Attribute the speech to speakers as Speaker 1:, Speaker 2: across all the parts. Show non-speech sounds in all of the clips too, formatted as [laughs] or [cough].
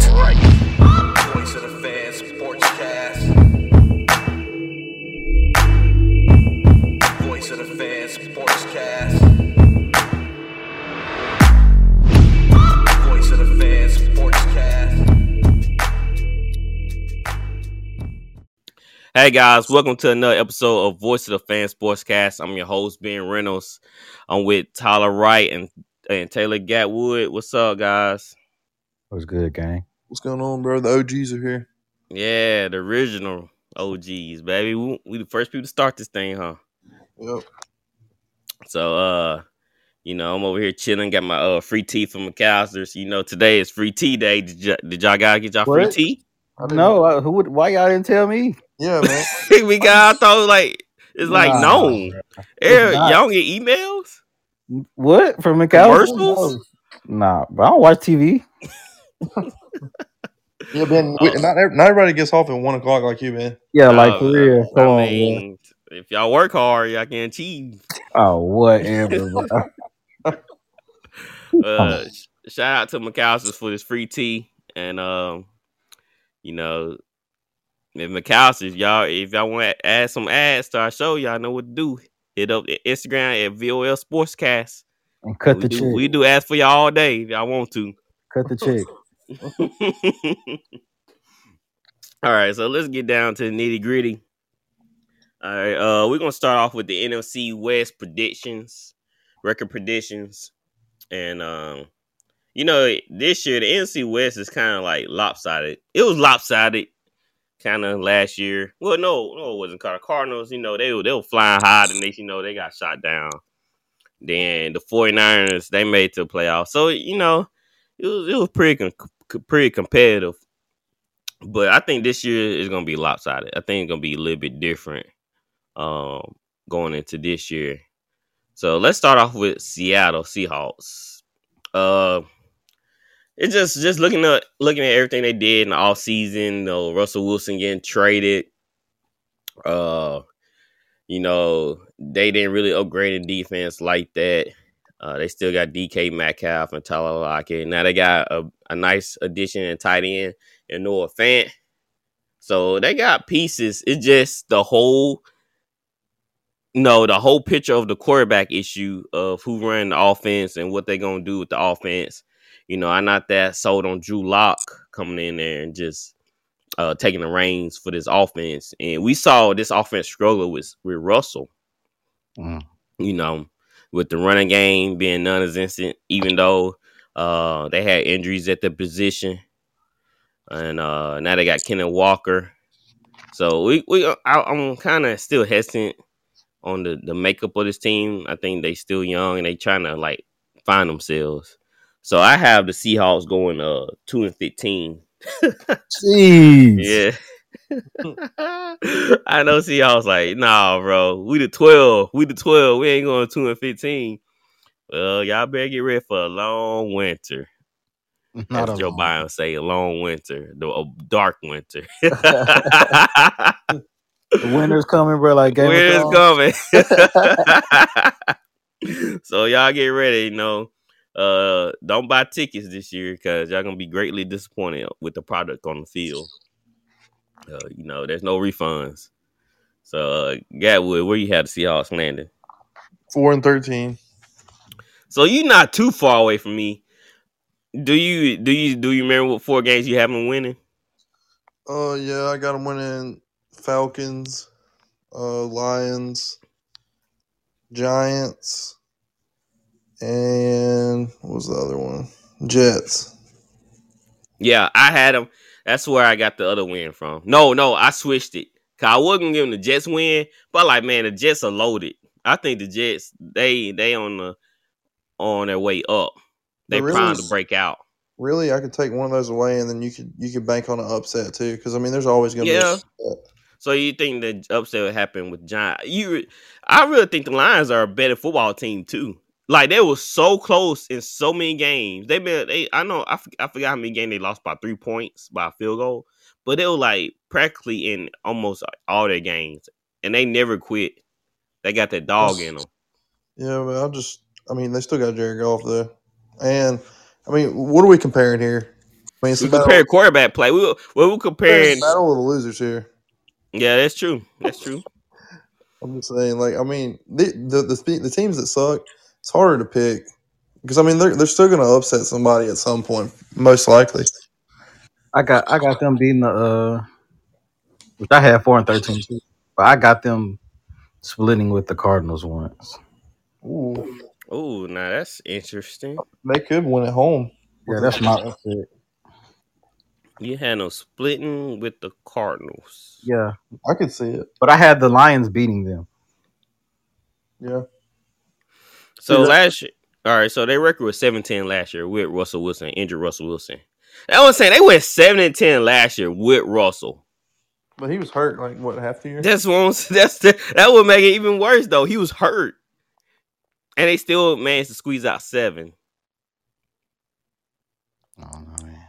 Speaker 1: Voice of the Fans Sportscast. Voice of the Fans Sportscast. Voice of the Fans Sportscast.
Speaker 2: Hey guys, welcome to another episode of Voice of the Fan Sportscast. I'm your host Ben Reynolds. I'm with Tyler Wright and and Taylor Gatwood. What's up, guys?
Speaker 3: What's good, gang?
Speaker 4: What's going on, bro? The OGs are here.
Speaker 2: Yeah, the original OGs, baby. We, we the first people to start this thing, huh?
Speaker 4: Yep.
Speaker 2: So, uh, you know, I'm over here chilling. Got my uh free tea from McAllister. So, you know, today is free tea day. Did, y- did y'all guys get y'all free
Speaker 3: What?
Speaker 2: tea? [laughs]
Speaker 4: I didn't-
Speaker 3: No, uh, who would? Why y'all didn't tell me?
Speaker 4: Yeah, man.
Speaker 2: we got. I thought like it's like
Speaker 3: Nah,
Speaker 2: no,
Speaker 3: It's
Speaker 2: Eric,
Speaker 3: not.
Speaker 2: y'all don't get emails.
Speaker 3: What from McAllister?
Speaker 2: Commercials?
Speaker 3: Nah, but I don't watch TV.
Speaker 4: [laughs] yeah, Ben. we- not, ev- not everybody gets off at one o'clock like you, man.
Speaker 3: Yeah,
Speaker 2: Uh,
Speaker 3: like for real.
Speaker 2: I
Speaker 3: Come on, bro.
Speaker 2: mean, if y'all work hard, y'all can achieve.
Speaker 3: Oh,
Speaker 2: [laughs]
Speaker 3: whatever, bro.
Speaker 2: uh, sh- shout out to McAllister's for this free tea, and um, you know, if McAllister's y'all, if y'all want to add some ads to our show, y'all know what to do. Hit up Instagram at VOL Sportscast.
Speaker 3: And cut
Speaker 2: we
Speaker 3: the
Speaker 2: do
Speaker 3: check.
Speaker 2: we do ads for y'all all day if y'all want to.
Speaker 3: Cut the check.
Speaker 2: [laughs] All right, so let's get down to the nitty gritty. All right, uh, we're gonna start off with the NFC West predictions, record predictions, and um, you know, this year the NFC West is kind of like lopsided. It was lopsided, kind of last year. Well, no, no, it wasn't. Car- Cardinals, you know, they were- they were flying high, and they, you know, they got shot down. Then the 49ers, they made it to the playoffs. So you know, it was it was pretty con- c- pretty competitive. But I think this year is going to be lopsided. I think it's going to be a little bit different um, going into this year. So let's start off with Seattle Seahawks. Uh, it's just just looking at looking at everything they did in the offseason, you know, Russell Wilson getting traded. Uh, you know, they didn't really upgrade the defense like that. Uh, they still got DK Metcalf and Tyler Lockett. Now they got a, a nice addition in tight end and Noah Fant. So they got pieces. It's just the whole, you know, the whole picture of the quarterback issue of who run the offense and what they're gonna do with the offense. You know, I'm not that sold on Drew Lock coming in there and just uh, taking the reins for this offense. And we saw this offense struggle with with Russell
Speaker 3: Mm.
Speaker 2: you know, with the running game being none as instant, even though uh, they had injuries at the position, and uh, now they got Kenneth Walker. So we we uh, I, I'm kind of still hesitant on the the makeup of this team. I think they still young and they trying to like find themselves. So I have the Seahawks going uh two and fifteen.
Speaker 3: Jeez.
Speaker 2: Yeah. [laughs] I know Seahawks like, nah, bro. We the 12. We the 12. We ain't going 2 and 15. Well, y'all better get ready for a long winter.
Speaker 3: Not
Speaker 2: As
Speaker 3: a
Speaker 2: Joe
Speaker 3: lot.
Speaker 2: Biden say, a long winter. The, a dark
Speaker 3: [laughs]
Speaker 2: winter. [laughs] Winter's
Speaker 3: The winter's coming, bro. Like Game of Thrones.
Speaker 2: coming.
Speaker 3: [laughs]
Speaker 2: [laughs] so y'all get ready, you know. Uh, don't buy tickets this year because y'all gonna be greatly disappointed with the product on the field. Uh, you know, there's no refunds. So, uh, Gatwood, where you have the Seahawks landing?
Speaker 4: Four and thirteen.
Speaker 2: So you're not too far away from me. Do you do you do you remember what four games you haven't winning?
Speaker 4: Oh yeah, I got them winning. Falcons, uh, Lions, Giants, and what was the other one? Jets.
Speaker 2: Yeah, I had them. That's where I got the other win from. No, no, I switched it. Cause I wasn't gonna give them the Jets win, but like, man, the Jets are loaded. I think the Jets they they on the on their way up. They
Speaker 4: The
Speaker 2: primed to
Speaker 4: Ravens-
Speaker 2: break out.
Speaker 4: Really, I could take one of those away, and then you could you could bank on an upset too. Because I mean, there's always going to
Speaker 2: Yeah.
Speaker 4: be. A,
Speaker 2: So you think the upset would happen with Giants? You, I really think the Lions are a better football team too. Like they were so close in so many games. They've been, they, I know, I, f- I forgot how many games they lost by three points by a field goal, but they were like practically in almost all their games, and they never quit. They got that dog in them.
Speaker 4: yeah, but I just I mean, they still got Jared Goff though, and I mean, what are we comparing here? I mean, it's
Speaker 2: We
Speaker 4: a battle,
Speaker 2: compare quarterback play. We were, we were comparing.
Speaker 4: it's a battle of the losers here.
Speaker 2: Yeah, that's true. That's true.
Speaker 4: I'm just saying, like, I mean, the the the, spe- the teams that suck, it's harder to pick because I mean they're they're still going to upset somebody at some point, most likely.
Speaker 3: I got I got them beating the uh, which I had four and thirteen, too, but I got them splitting with the Cardinals once.
Speaker 4: Ooh,
Speaker 2: Oh, now that's interesting.
Speaker 4: they could win at home.
Speaker 3: Yeah, that's my upset.
Speaker 2: You had no splitting with the Cardinals.
Speaker 3: Yeah,
Speaker 4: I could see it.
Speaker 3: but I had the Lions beating them.
Speaker 4: Yeah,
Speaker 2: So
Speaker 4: Yeah.
Speaker 2: last year, all right. So their record was seven ten last year with Russell Wilson, injured Russell Wilson. I was saying they went seven and ten last year with Russell.
Speaker 4: but he was hurt like what half the year.
Speaker 2: That's what I'm- [laughs] that's the, that would make it even worse though. He was hurt, and they still managed to squeeze out seven.
Speaker 3: I don't know, Oh, man.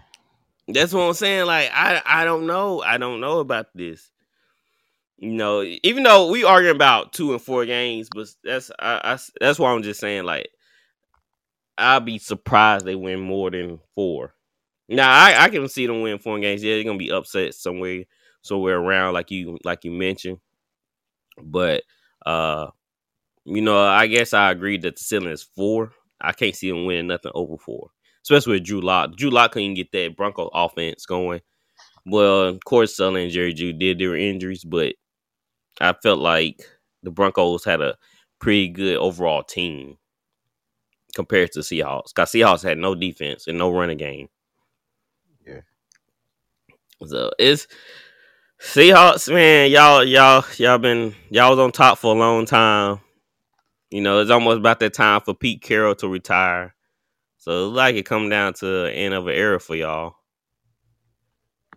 Speaker 2: That's what I'm saying. Like I I don't know. I don't know about this. You know, even though we arguing about two and four games, but that's I, I s- that's why I'm just saying like I'll be surprised they win more than four. Now I, I can see them win four games. Yeah, they're gonna be upset somewhere somewhere around like you like you mentioned. But uh you know, I guess I agree that the ceiling is four. I can't see them winning nothing over four especially with Drew Lock. Drew Lock couldn't get that Bronco offense going. Well, of course, Sully and Jerry Jew did their injuries, but I felt like the Broncos had a pretty good overall team compared to Seahawks. Because Seahawks had no defense and no running game.
Speaker 3: Yeah.
Speaker 2: So it's Seahawks, man. Y'all, y'all, y'all been y'all was on top for a long time. You know, it's almost about that time for Pete Carroll to retire. So it's like it come down to the end of an era for y'all.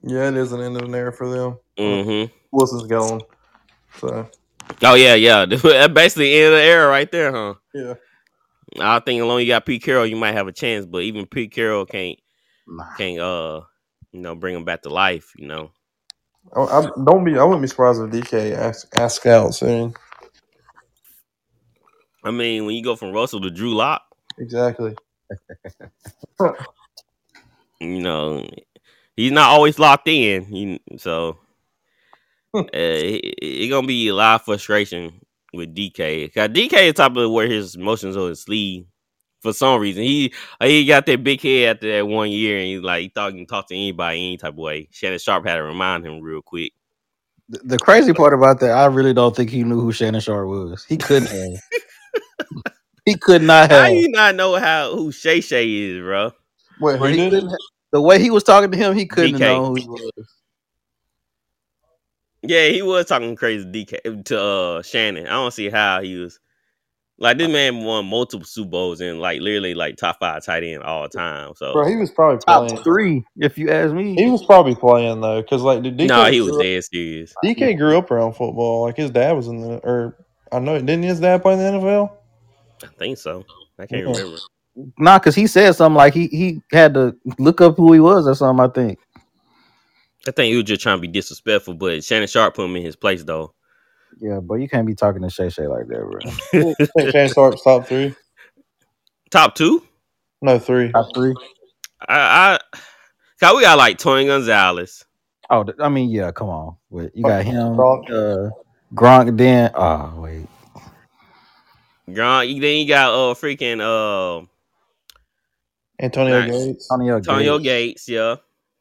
Speaker 4: Yeah, it is an end of an era for them.
Speaker 2: Mm-hmm.
Speaker 4: Wilson's gone, so
Speaker 2: Oh yeah, yeah. [laughs] That basically the end of the era right there, huh?
Speaker 4: yeah.
Speaker 2: I think alone you got Pete Carroll, you might have a chance, but even Pete Carroll can't
Speaker 3: Nah.
Speaker 2: can't uh you know bring him back to life. You know,
Speaker 4: I, I don't be. I wouldn't be surprised if DK ask, ask out soon.
Speaker 2: I mean when you go from Russell to Drew Lock,
Speaker 4: Exactly.
Speaker 2: you know he's not always locked in. You, so uh, it, it gonna be a lot of frustration with DK. Cause DK is type of wear his emotions on his sleeve for some reason. He he got that big head after that one year, and he's like he thought he can talk to anybody any type of way. Shannon Sharp had to remind him real quick.
Speaker 3: The, the crazy part about that, I really don't think he knew who Shannon Sharp was. He couldn't have. he could not
Speaker 2: How
Speaker 3: have.
Speaker 2: you not know how who Shay Shay is, bro?
Speaker 3: But
Speaker 4: Wait, who
Speaker 3: he
Speaker 4: did?
Speaker 3: couldn't have- the way he was talking to him, he couldn't
Speaker 2: DK.
Speaker 3: have known who he was.
Speaker 2: Yeah, he was talking crazy to DK to uh, Shannon. I don't see how he was like this man won multiple Super Bowls and like literally like top five tight end all time. So
Speaker 4: Bro, he was probably
Speaker 3: Top
Speaker 4: playing.
Speaker 3: three, if you ask me.
Speaker 4: He was probably playing though, because like did DK.
Speaker 2: no, he was
Speaker 4: grew up-
Speaker 2: dead serious.
Speaker 4: DK grew up around football. Like his dad was in the, or I know didn't his dad play in the NFL?
Speaker 2: I think so. I can't
Speaker 4: Yeah.
Speaker 2: remember.
Speaker 3: Nah, because he said something like he he had to look up who he was or something. I think.
Speaker 2: I think he was just trying to be disrespectful, but Shannon Sharp put him in his place though.
Speaker 3: Yeah, but you can't be talking to Shay Shay like that, bro.
Speaker 4: I think Shannon Sharp's top three.
Speaker 2: Top two?
Speaker 4: No, three.
Speaker 3: Top three.
Speaker 2: I, I God, we got like Tony Gonzalez.
Speaker 3: Oh, th- I mean, yeah. Come on, Wait, you got him,
Speaker 4: Gronk.
Speaker 3: uh, Gronk. Then, oh wait,
Speaker 2: Gron, then you got uh freaking uh
Speaker 4: Antonio
Speaker 2: Nice.
Speaker 4: Gates.
Speaker 3: Antonio.
Speaker 2: Antonio
Speaker 3: Gates.
Speaker 2: Gates, yeah.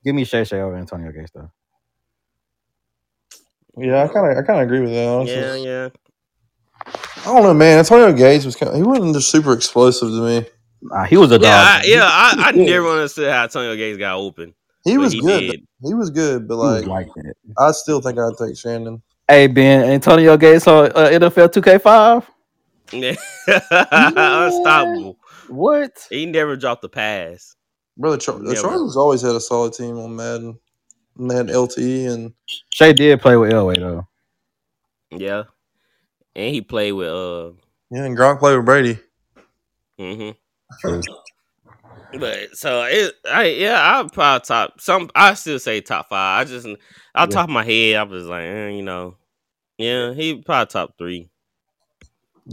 Speaker 3: Give me Shay Shay over Antonio Gates though.
Speaker 4: Yeah, I kind of I kind of agree with that. Honestly.
Speaker 2: Yeah, yeah.
Speaker 4: I don't know, man. Antonio Gates was kind of, he wasn't just super explosive to me.
Speaker 3: Nah, he was a dog.
Speaker 2: Yeah, I, yeah, I, I
Speaker 4: He- he
Speaker 2: never
Speaker 4: is.
Speaker 2: understood how Antonio Gates got open.
Speaker 4: He
Speaker 2: but
Speaker 4: was good.
Speaker 2: did.
Speaker 4: though. He was good, but
Speaker 5: He was
Speaker 4: like,
Speaker 5: like that.
Speaker 4: I still think I'd take Shannon.
Speaker 3: Hey Ben, Antonio Gates on uh, NFL 2K5.
Speaker 2: [laughs] Unstoppable.
Speaker 3: What?
Speaker 2: He never dropped a pass.
Speaker 4: Brother, Char- the
Speaker 2: Yeah,
Speaker 4: Chargers always had a solid team on Madden. And they had LTE and
Speaker 3: Shay did play with Elway though.
Speaker 2: Yeah. And he played with uh
Speaker 4: yeah, and Gronk played with Brady.
Speaker 2: hmm
Speaker 5: True.
Speaker 2: But so it, I yeah, I'll probably top some. I still say top five. I just, I'll top of my head. I was like, eh, you know, yeah, he probably top three.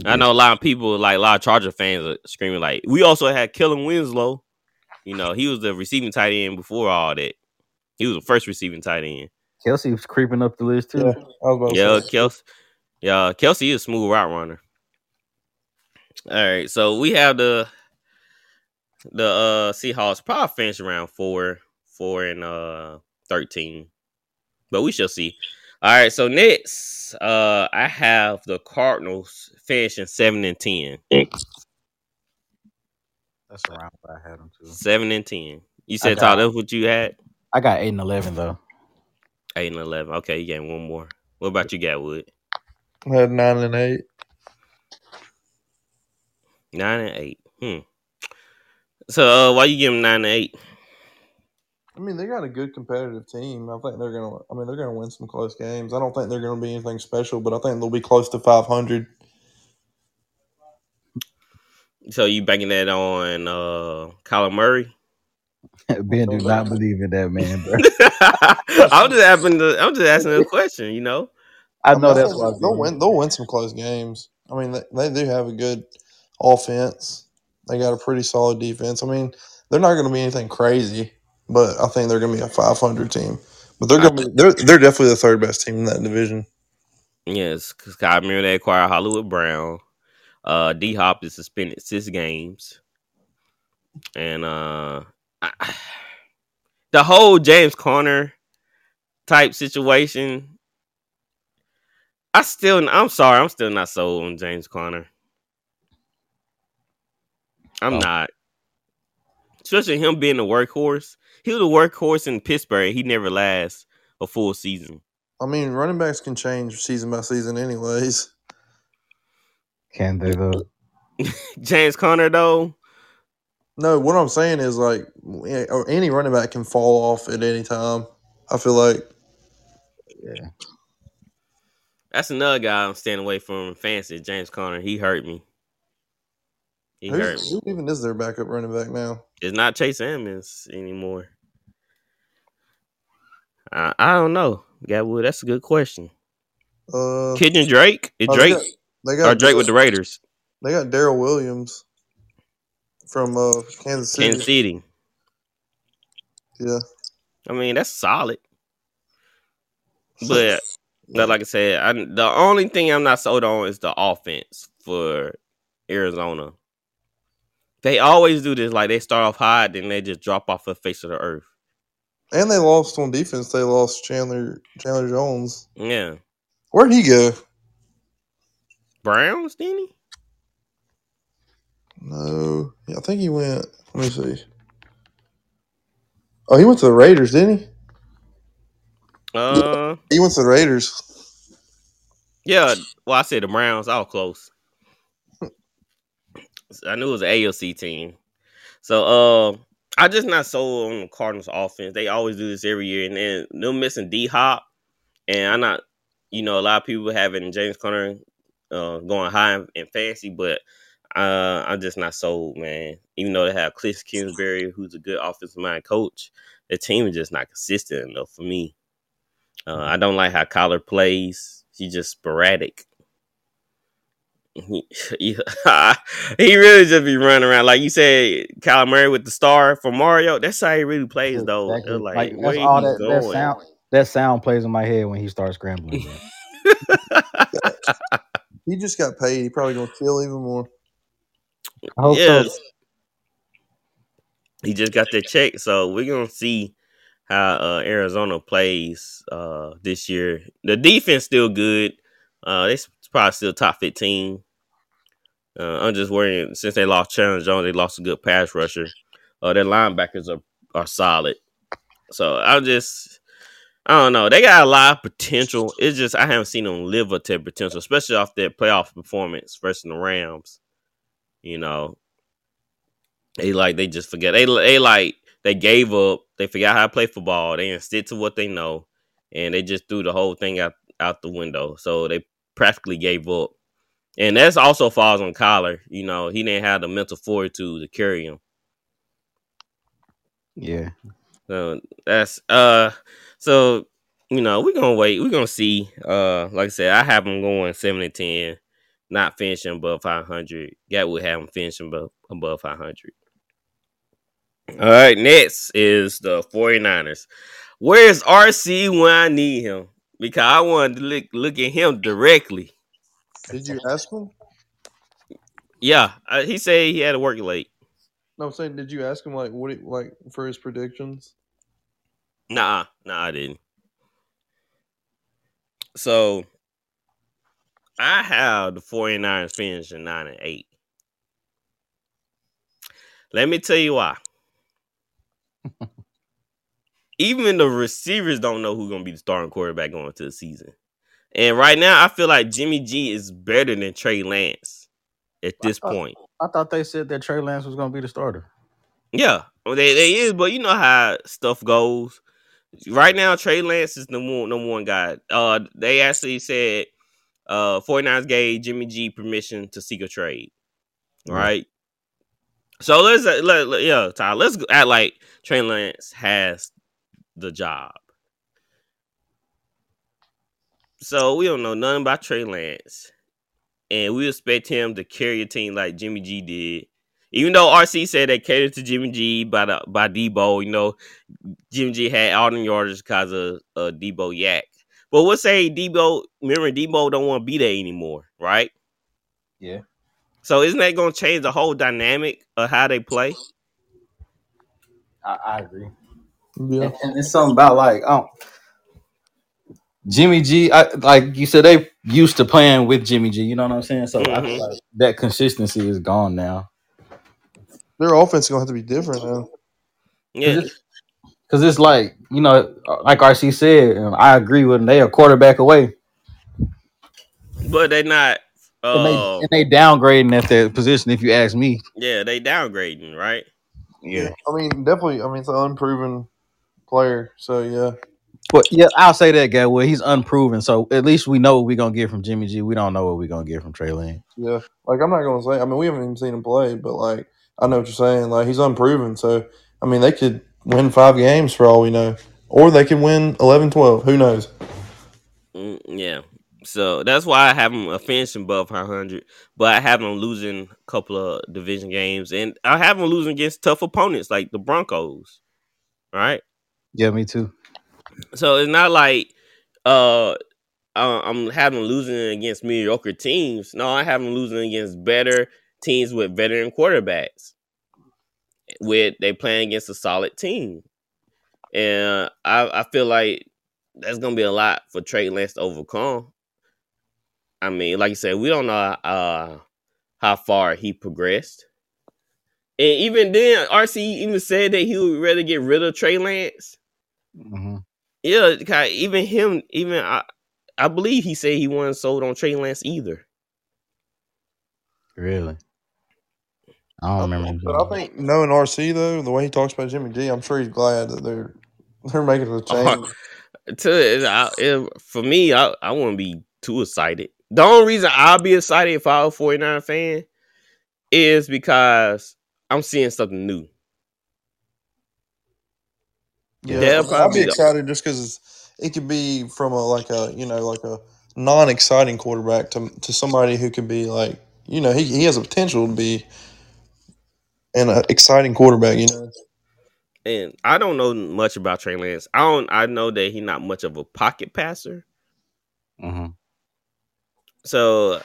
Speaker 2: I know a lot of people, like a lot of Charger fans, are screaming like, we also had Kellen Winslow. You know, he was the receiving tight end before all that. He was the first receiving tight end.
Speaker 3: Kelsey was creeping up the list too.
Speaker 4: I was about to
Speaker 2: Yeah,
Speaker 4: say.
Speaker 2: Kelsey. Yeah, Kelsey is a smooth route runner. All right, so we have the the uh Seahawks probably finish around four, four and uh thirteen. But we shall see. All right, so next, uh I have the Cardinals finishing seven and ten.
Speaker 3: That's around where I had him too.
Speaker 2: Seven and ten. You said
Speaker 3: got-
Speaker 2: Todd, that's what you had?
Speaker 3: I got eight and eleven though. [laughs]
Speaker 2: Eight and eleven. Okay, you got one more. What about you, Gatwood?
Speaker 4: I had nine and eight.
Speaker 2: Nine and eight. Hmm. So uh why you give them nine and eight?
Speaker 4: I mean, they got a good competitive team. I think they're gonna. I mean, they're gonna win some close games. I don't think they're gonna be anything special, but I think they'll be close to five hundred.
Speaker 2: So you banking that on uh Kyler Murray? [laughs]
Speaker 3: ben do not believe in that man, [laughs] bro.
Speaker 2: I'm just asking the I'm just asking the question, you know.
Speaker 3: I know
Speaker 4: mean,
Speaker 3: that's
Speaker 4: think
Speaker 3: why.
Speaker 4: they'll win. They'll win some close games. I mean, they, they do have a good offense. They got a pretty solid defense. I mean, they're not going to be anything crazy, but I think they're going to be a 500 team. But they're going to be they're they're definitely the third best team in that division.
Speaker 2: Yes, because Kyler Murray they acquired Hollywood Brown. Uh D Hop is suspended six games. And uh I- [sighs] the whole James Conner type situation. I still I'm sorry, I'm still not sold on James Conner. I'm
Speaker 3: Oh.
Speaker 2: not. Especially him being a workhorse. He was a workhorse in Pittsburgh. He never lasts a full season. [laughs]
Speaker 4: I mean, running backs can change season by season, anyways.
Speaker 3: Can they though?
Speaker 2: James Conner though,
Speaker 4: No, what I'm saying is like yeah, or any running back can fall off at any time. I feel like
Speaker 2: That's another guy I'm staying away from. Fancy James Conner. He hurt me. He hurt
Speaker 4: who's,
Speaker 2: me.
Speaker 4: who even is their backup running back now?
Speaker 2: It's not Chase Edmonds anymore. I, I don't know. Gatwood, that's a good question.
Speaker 4: Uh,
Speaker 2: Kidron Drake? Is
Speaker 4: oh,
Speaker 2: Drake
Speaker 4: They
Speaker 2: or Drake with the Raiders?
Speaker 4: They got Daryl Williams from uh, Kansas City.
Speaker 2: Kansas City.
Speaker 4: Yeah,
Speaker 2: I mean, that's solid. But but like I said, I, the only thing I'm not sold on is the offense for Arizona. They always do this. Like they start off high, then they just drop off the face of the earth.
Speaker 4: [laughs] and they lost on defense. They lost Chandler Chandler Jones.
Speaker 2: Yeah.
Speaker 4: Where'd he go?
Speaker 2: Browns, didn't he?
Speaker 4: No, yeah, I think he went. Let me see. Oh, he went to the Raiders, didn't he?
Speaker 2: Uh,
Speaker 4: He went to the Raiders.
Speaker 2: yeah. Well, I said the Browns. I was close. I knew it was an AOC team. So, uh, I just not sold on the Cardinals offense. They always do this every year, and then they're missing D Hop, and I'm not. You know, a lot of people having James Conner uh, going high in, in fantasy, but uh, I'm just not sold, man. Even though they have Cliff Kingsbury, who's a good offensive mind coach, the team is just not consistent enough for me. Uh, I don't like how Kyler plays. He's just sporadic. He, [laughs] he really just be running around like you said, Kyler Murray with the star for Mario. That's how he really plays, though.
Speaker 3: Exactly.
Speaker 2: Like,
Speaker 3: Like,
Speaker 2: where
Speaker 3: that's
Speaker 2: he
Speaker 3: all that, that
Speaker 2: going?
Speaker 3: sound. That sound plays in my head when he starts scrambling. bro.
Speaker 4: He just got paid. He probably gonna kill even more.
Speaker 3: I hope so.
Speaker 2: [laughs] Yes. He just got that check, so we're gonna see how uh, Arizona plays uh, this year. The defense still good. Uh, it's probably still top fifteen. Uh, I'm just worrying since they lost Chandler Jones, they lost a good pass rusher. Uh, their linebackers are are solid, So I'm just, I don't know. They got a lot of potential. It's just I haven't seen them live up to their potential, especially off their playoff performance versus the Rams. You know, they like they just forget. They they like they gave up. They forgot how to play football. They didn't stick to what they know, and they just threw the whole thing out out the window. So they practically gave up. And that's also falls on Collar. You know, he didn't have the mental fortitude to carry him.
Speaker 3: Yeah.
Speaker 2: So that's uh so you know, we're gonna wait, we're gonna see. Uh like I said, I have him going seven to ten, not finishing above five hundred. That would have him finishing above above five hundred. All right, next is the 49ers. Where's RC when I need him? Because I wanted to look look at him directly.
Speaker 4: Did you ask him?
Speaker 2: Yeah, uh, he said he had to work late.
Speaker 4: No, I'm saying, did you ask him like what, he, like for his predictions?
Speaker 2: Nah, nah, I didn't. So I have the 49ers finishing 9 and 8. Let me tell you why. Even the receivers don't know who's going to be the starting quarterback going into the season. And right now, I feel like Jimmy G is better than Trey Lance at this
Speaker 3: Wow.
Speaker 2: point.
Speaker 3: I thought they said that Trey Lance was gonna be the starter.
Speaker 2: Yeah, well, they, they is, but you know how stuff goes. Right now, Trey Lance is number one, number one guy. Uh, they actually said uh 49ers gave Jimmy G permission to seek a trade.
Speaker 3: Mhm.
Speaker 2: Right. So let's uh, let, let- yeah, Ty, let's go- act like Trey Lance has the job. So we don't know nothing about Trey Lance. And we expect him to carry a team like Jimmy G did. Even though RC said they catered to Jimmy G by the by Debo, you know, Jimmy G had all them yardage because of uh, Debo Yak. But we'll say Debo, remember Debo don't want to be there anymore, right?
Speaker 3: Yeah.
Speaker 2: So isn't that going to change the whole dynamic of how they play?
Speaker 3: I, I agree.
Speaker 4: Yeah.
Speaker 3: And, and it's something about like um Jimmy G, I, like you said, they used to playing with Jimmy G. You know what I'm saying? So I feel
Speaker 2: Mhm.
Speaker 3: like that consistency is gone now.
Speaker 4: Their offense is gonna have to be different now.
Speaker 2: Yeah,
Speaker 3: Because it's like you know, like RC said, and I agree with him. They a quarterback away,
Speaker 2: but they're not.
Speaker 3: and they
Speaker 2: Uh,
Speaker 3: and they downgrading at their position. If you ask me,
Speaker 2: yeah, they downgrading, right?
Speaker 4: I mean, definitely. I mean, it's an unproven player. So yeah.
Speaker 3: But yeah, I'll say that guy. Well, he's unproven, so at least we know what we're gonna get from Jimmy G. We don't know what we're gonna get from Trey Lane.
Speaker 4: Yeah, like I'm not gonna say. I mean, we haven't even seen him play, but like I know what you're saying. Like he's unproven, so I mean, they could win five games for all we know, or they could win 11, 12. Who knows?
Speaker 2: Mm, yeah. So that's why I have them a finishing above 500, but I have them losing a couple of division games, and I have them losing against tough opponents like the Broncos, right?
Speaker 3: Yeah, me too.
Speaker 2: So it's not like uh uh, I'm having losing against mediocre teams. No, I have them losing against better teams with veteran quarterbacks. With they playing against a solid team, and I, I feel like that's gonna be a lot for Trey Lance to overcome. I mean, like you said, we don't know uh, how far he progressed, and even then, RC even said that he would rather get rid of Trey Lance
Speaker 3: hmm
Speaker 2: yeah, kinda- even him, even I, I believe he said he wasn't sold on Trey Lance either.
Speaker 3: Really, I don't remember. him
Speaker 4: But I
Speaker 3: doing that.
Speaker 4: think knowing RC though, the way he talks about Jimmy G, I'm sure he's glad that they're they're making a change.
Speaker 2: To I, it- for me, I, I wouldn't be too excited. The only reason I'll be excited if I was a 49 fan is because I'm seeing something new.
Speaker 4: Yeah,
Speaker 2: They'll
Speaker 4: I mean, I'd
Speaker 2: probably
Speaker 4: be
Speaker 2: be the-
Speaker 4: excited just because it could be from a like a you know like a non-exciting quarterback to to somebody who could be like you know he he has a potential to be an uh, exciting quarterback. You know.
Speaker 2: And I don't know much about Trey Lance. I don't I know that he's not much of a pocket passer.
Speaker 3: Mhm.
Speaker 2: So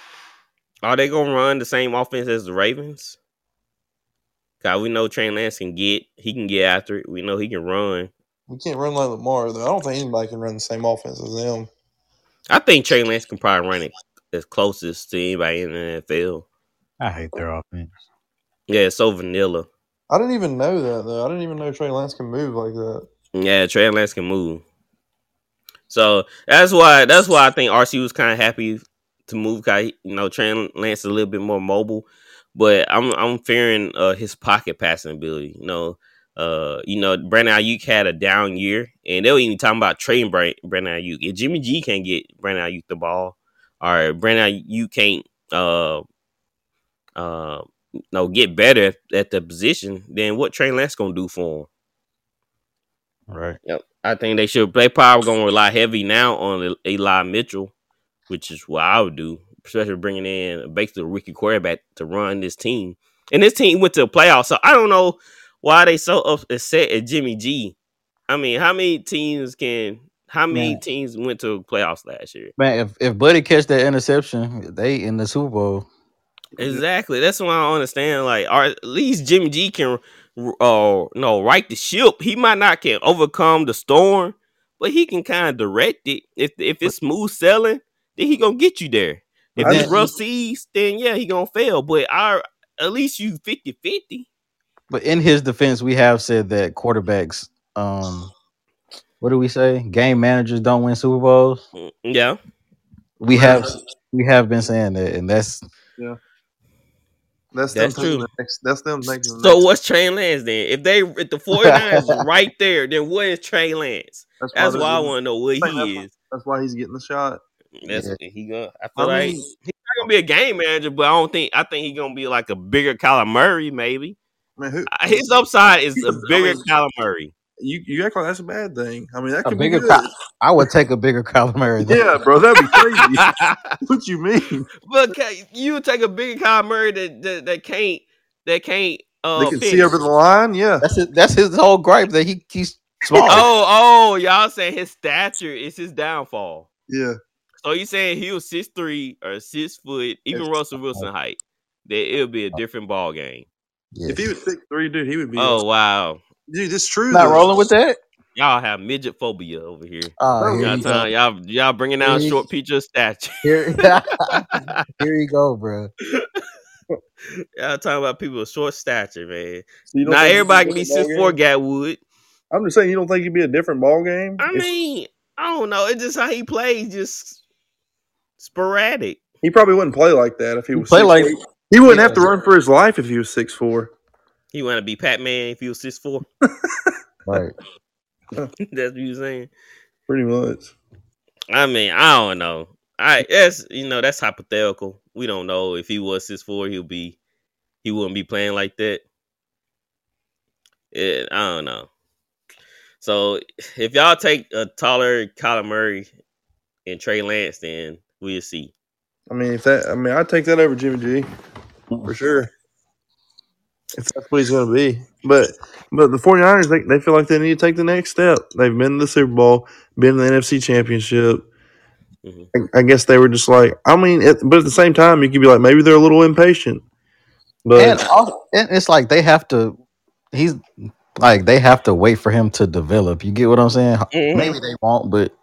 Speaker 2: are they gonna run the same offense as the Ravens? Cause we know Trey Lance can get he can get after it. We know he can run.
Speaker 4: We can't run like Lamar though. I don't think anybody can run the same offense as them.
Speaker 2: I think Trey Lance can probably run it as closest to anybody in the NFL.
Speaker 3: I hate their offense.
Speaker 2: Yeah, it's so vanilla.
Speaker 4: I didn't even know that though. I didn't even know Trey Lance can move like that.
Speaker 2: Yeah, Trey Lance can move. So that's why that's why I think RC was kind of happy to move. 'cause he- you know, Trey Lance is a little bit more mobile, but I'm I'm fearing uh, his pocket passing ability. You know, uh, you know Brandon Ayuk had a down year, and they were even talking about trading Bra- Brandon Ayuk. If Jimmy G can't get Brandon Ayuk the ball, or Brandon Ayuk can't uh uh you know, get better at the position, then what Trey Lance gonna do for him?
Speaker 3: Right.
Speaker 2: Yep. I think they should. They probably gonna rely heavy now on El- Eli Mitchell, which is what I would do, especially bringing in basically a rookie quarterback to run this team. And this team went to the playoffs, so I don't know why they so up- upset at Jimmy G. I mean, how many teams can? How many
Speaker 3: Man,
Speaker 2: teams went to playoffs last year?
Speaker 3: man, if, if Buddy catch that interception, they in the Super Bowl.
Speaker 2: Exactly. That's why I don't understand. Like, or at least Jimmy G can, uh, no, right the ship. He might not can overcome the storm, but he can kind of direct it. If if
Speaker 3: But
Speaker 2: it's smooth sailing, then he gonna get you there.
Speaker 3: but
Speaker 2: If
Speaker 4: I
Speaker 2: it's
Speaker 3: then
Speaker 2: rough
Speaker 4: just
Speaker 2: seas, then yeah, he gonna fail. But our at least you 50-50.
Speaker 3: but in his defense, we have said that quarterbacks, um, what do we say? Game managers don't win Super Bowls.
Speaker 2: Mm, Yeah.
Speaker 3: We
Speaker 4: yeah,
Speaker 3: have we have been saying that, and that's
Speaker 4: yeah. That's them
Speaker 2: That's
Speaker 4: taking the
Speaker 2: true.
Speaker 4: next. That's them taking the
Speaker 2: So
Speaker 4: next.
Speaker 2: what's Trey Lance then? If they if the 49ers is
Speaker 3: right.
Speaker 2: right there, then what is Trey Lance?
Speaker 4: That's why
Speaker 2: That's
Speaker 4: they're
Speaker 2: why I
Speaker 4: getting.
Speaker 2: want to know what
Speaker 4: I think that's
Speaker 2: he
Speaker 4: why,
Speaker 2: is.
Speaker 4: that's why he's getting the shot.
Speaker 2: That's
Speaker 3: Yeah.
Speaker 2: he gonna. I
Speaker 4: I
Speaker 2: feel like
Speaker 4: mean,
Speaker 2: he's not gonna be a game manager, but I don't think. I think he's gonna be like a bigger Kyler Murray. Maybe
Speaker 4: I mean, who?
Speaker 2: Uh, his upside is
Speaker 4: He
Speaker 2: a
Speaker 4: was. I
Speaker 2: bigger
Speaker 4: mean,
Speaker 2: Kyler
Speaker 4: [laughs]
Speaker 2: Murray.
Speaker 4: you you act like that's a bad thing. I mean, that
Speaker 3: A
Speaker 4: could be
Speaker 3: bigger, Ky-
Speaker 4: good.
Speaker 3: I would take a bigger [laughs] Kyler Murray though.
Speaker 4: [laughs] Yeah, bro, that'd be
Speaker 2: [laughs]
Speaker 4: crazy. What you mean?
Speaker 2: but ca- you take a bigger Kyler Murray that that, that can't that can't
Speaker 4: They
Speaker 2: uh
Speaker 4: can see over
Speaker 2: finish.
Speaker 4: the line. Yeah,
Speaker 3: That's his, that's his whole gripe that he he's small.
Speaker 2: Oh oh, y'all saying his stature is his downfall.
Speaker 4: yeah.
Speaker 2: So you saying he was six three or six foot, even
Speaker 4: It's- [laughs]
Speaker 2: Russell Wilson height? That it'll be a different ball game.
Speaker 3: Yeah,
Speaker 4: If he was six three, dude, he would be.
Speaker 2: Oh wow,
Speaker 4: Dude, it's true
Speaker 3: not
Speaker 4: though.
Speaker 3: rolling with that.
Speaker 2: y'all have midget phobia over here.
Speaker 3: Oh,
Speaker 4: Bro,
Speaker 3: here
Speaker 2: Y'all
Speaker 3: you go.
Speaker 2: time, y'all y'all bringing
Speaker 3: Here
Speaker 2: out
Speaker 3: you,
Speaker 2: short picture statue.
Speaker 3: [laughs] here, here you go, bro.
Speaker 2: y'all talking about people with short stature, man.
Speaker 4: So you don't
Speaker 2: Not
Speaker 4: think he'd be a
Speaker 2: everybody can be
Speaker 4: different
Speaker 2: six
Speaker 4: ball
Speaker 2: four
Speaker 4: game?
Speaker 2: Gatwood.
Speaker 4: I'm just saying you don't think he'd be a different ball game
Speaker 2: I
Speaker 4: if
Speaker 2: mean, I don't know. It's just how he plays, just sporadic.
Speaker 4: he probably wouldn't play like that if he
Speaker 3: You
Speaker 4: was
Speaker 3: play
Speaker 4: six
Speaker 3: like
Speaker 4: eight. He wouldn't have
Speaker 3: yeah.
Speaker 4: to run for his life if he was six four.
Speaker 2: He wanna be Pac Man if he was six four. [laughs]
Speaker 3: Right.
Speaker 2: That's what you saying.
Speaker 4: Pretty much.
Speaker 2: I mean, I don't know. I that's you know, that's hypothetical. We don't know if he was six four, he'll be he wouldn't be playing like that. Yeah, I don't know. So if y'all take a taller Kyler Murray and Trey Lance, then we'll see.
Speaker 4: I mean, if that, I mean, I'd take that over Jimmy G
Speaker 2: Uh-uh.
Speaker 4: for sure if that's what he's going to be. But but the 49ers, they, they feel like they need to take the next step. They've been to the Super Bowl, been in the NFC Championship.
Speaker 2: hmm
Speaker 4: I, I guess they were just like, I mean, at, but at the same time, you could be like, maybe they're a little impatient. But
Speaker 3: And also, and it's like they have to. He's like they have to wait for him to develop. You get what I'm saying?
Speaker 4: Mm-hmm.
Speaker 2: hmm
Speaker 3: Maybe they won't, but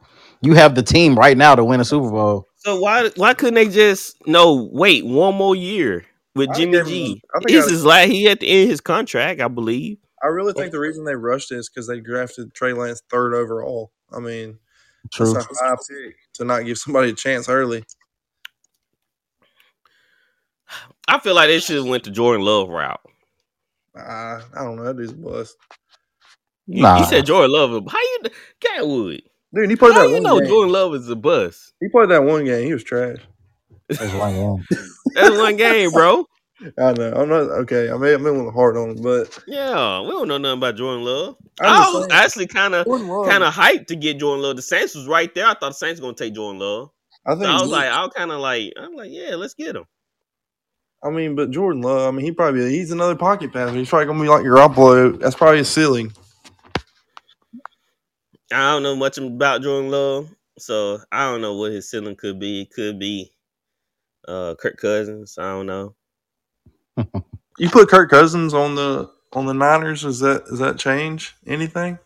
Speaker 3: you have the team right now to win a Super Bowl.
Speaker 2: So why why couldn't they just no wait one more year with
Speaker 4: I
Speaker 2: Jimmy
Speaker 4: gave him,
Speaker 2: G?
Speaker 4: I think
Speaker 2: This
Speaker 4: I,
Speaker 2: is like he had to end his contract, I believe.
Speaker 4: I really think the reason they rushed it is because they drafted Trey Lance third overall. I mean, that's
Speaker 3: True.
Speaker 4: a high pick to not give somebody a chance early.
Speaker 2: I feel like they should have went the Jordan Love route.
Speaker 4: I, I don't know. That dude's a bust.
Speaker 2: You, you
Speaker 3: Nah.
Speaker 2: said Jordan Love. How you Catwood?
Speaker 4: Dude, he played
Speaker 2: How
Speaker 4: that
Speaker 2: you
Speaker 4: one
Speaker 2: know
Speaker 4: game.
Speaker 2: Jordan Love is a bust?
Speaker 4: He played that one game. He was trash.
Speaker 3: That's one game.
Speaker 2: That's one game, bro.
Speaker 4: I know. I'm not okay. I may I've been a little hard on him, but
Speaker 2: Yeah, we don't know nothing about Jordan Love.
Speaker 4: I'm
Speaker 2: I
Speaker 4: just
Speaker 2: was
Speaker 4: saying,
Speaker 2: actually kind of
Speaker 4: Jordan Love.
Speaker 2: kind of hyped to get Jordan Love. The Saints was right there. I thought the Saints were gonna take Jordan Love.
Speaker 4: I
Speaker 2: So I
Speaker 4: think.
Speaker 2: was
Speaker 4: Jor-
Speaker 2: like, I was kind of like, I'm like, yeah, let's get him.
Speaker 4: I mean, but Jordan Love. I mean, he probably he's another pocket passer. He's probably gonna be like Garoppolo. That's probably his ceiling.
Speaker 2: I don't know much about Jordan Love, so I don't know what his ceiling could be. It could be uh Kirk Cousins. I don't know.
Speaker 4: You put Kirk Cousins on the on the Niners. Is that does that change anything?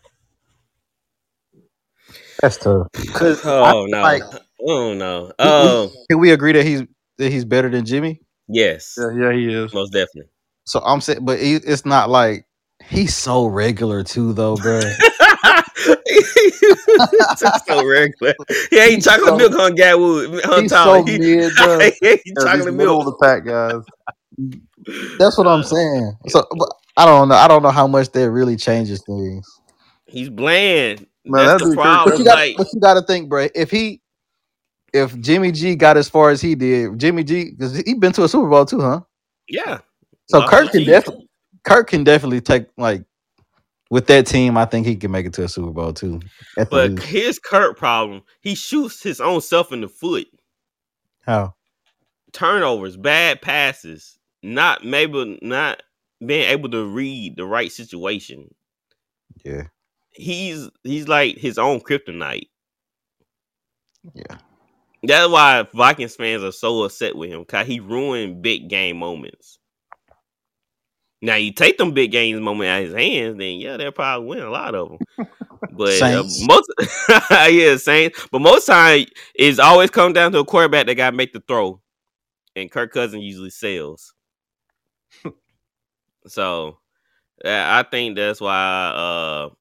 Speaker 3: That's tough. Cause I
Speaker 2: Oh
Speaker 3: feel
Speaker 2: no,
Speaker 3: like
Speaker 2: oh no,
Speaker 3: we, we-
Speaker 2: oh
Speaker 3: can we agree that he's that he's better than Jimmy?
Speaker 4: [laughs]
Speaker 2: yes,
Speaker 4: Yeah, yeah, he is.
Speaker 2: most definitely. [laughs] [laughs]
Speaker 3: So I'm saying, but he, it's not like he's so regular too, though, bro.
Speaker 2: so regular. He ain't chocolate
Speaker 4: so-
Speaker 2: milk on Gatwood. On
Speaker 4: He's
Speaker 2: Tyler.
Speaker 4: so
Speaker 2: [laughs] He-
Speaker 4: mid, bro.
Speaker 2: he ain't
Speaker 4: Yeah, He's
Speaker 2: chocolate
Speaker 4: middle of
Speaker 2: milk.
Speaker 4: the pack, guys.
Speaker 5: That's what I'm saying. So but I don't know. I don't know how much that really changes things.
Speaker 2: [laughs] He's bland.
Speaker 4: Man, that'd
Speaker 2: That's the
Speaker 4: be pretty
Speaker 5: But
Speaker 2: problem.
Speaker 5: you got
Speaker 2: like,
Speaker 5: but you got to think, bro. If he if Jimmy G got as far as he did, Jimmy G because he been to a Super Bowl too, huh?
Speaker 2: yeah.
Speaker 5: So
Speaker 2: Lost
Speaker 5: Kirk
Speaker 2: to
Speaker 5: can
Speaker 2: Chiefs.
Speaker 5: definitely Kirk can definitely take like with that team. I think he can make it to a Super Bowl too. At the
Speaker 2: But
Speaker 5: least.
Speaker 2: his Kirk problem, he shoots his own self in the foot.
Speaker 5: how
Speaker 2: Turnovers, bad passes, not maybe not being able to read the right situation.
Speaker 5: yeah
Speaker 2: He's he's like his own kryptonite.
Speaker 5: yeah
Speaker 2: That's why Vikings fans are so upset with him because he ruined big game moments. Now you take them big game moment out of his hands, then yeah, they'll probably win a lot of them.
Speaker 5: [laughs]
Speaker 2: But uh,
Speaker 5: Saints.
Speaker 2: most, [laughs] yeah, Saints. But most time it's always come down to a quarterback that got to make the throw, and Kirk Cousins usually
Speaker 5: [laughs]
Speaker 2: sells. so uh, I think that's why. Uh,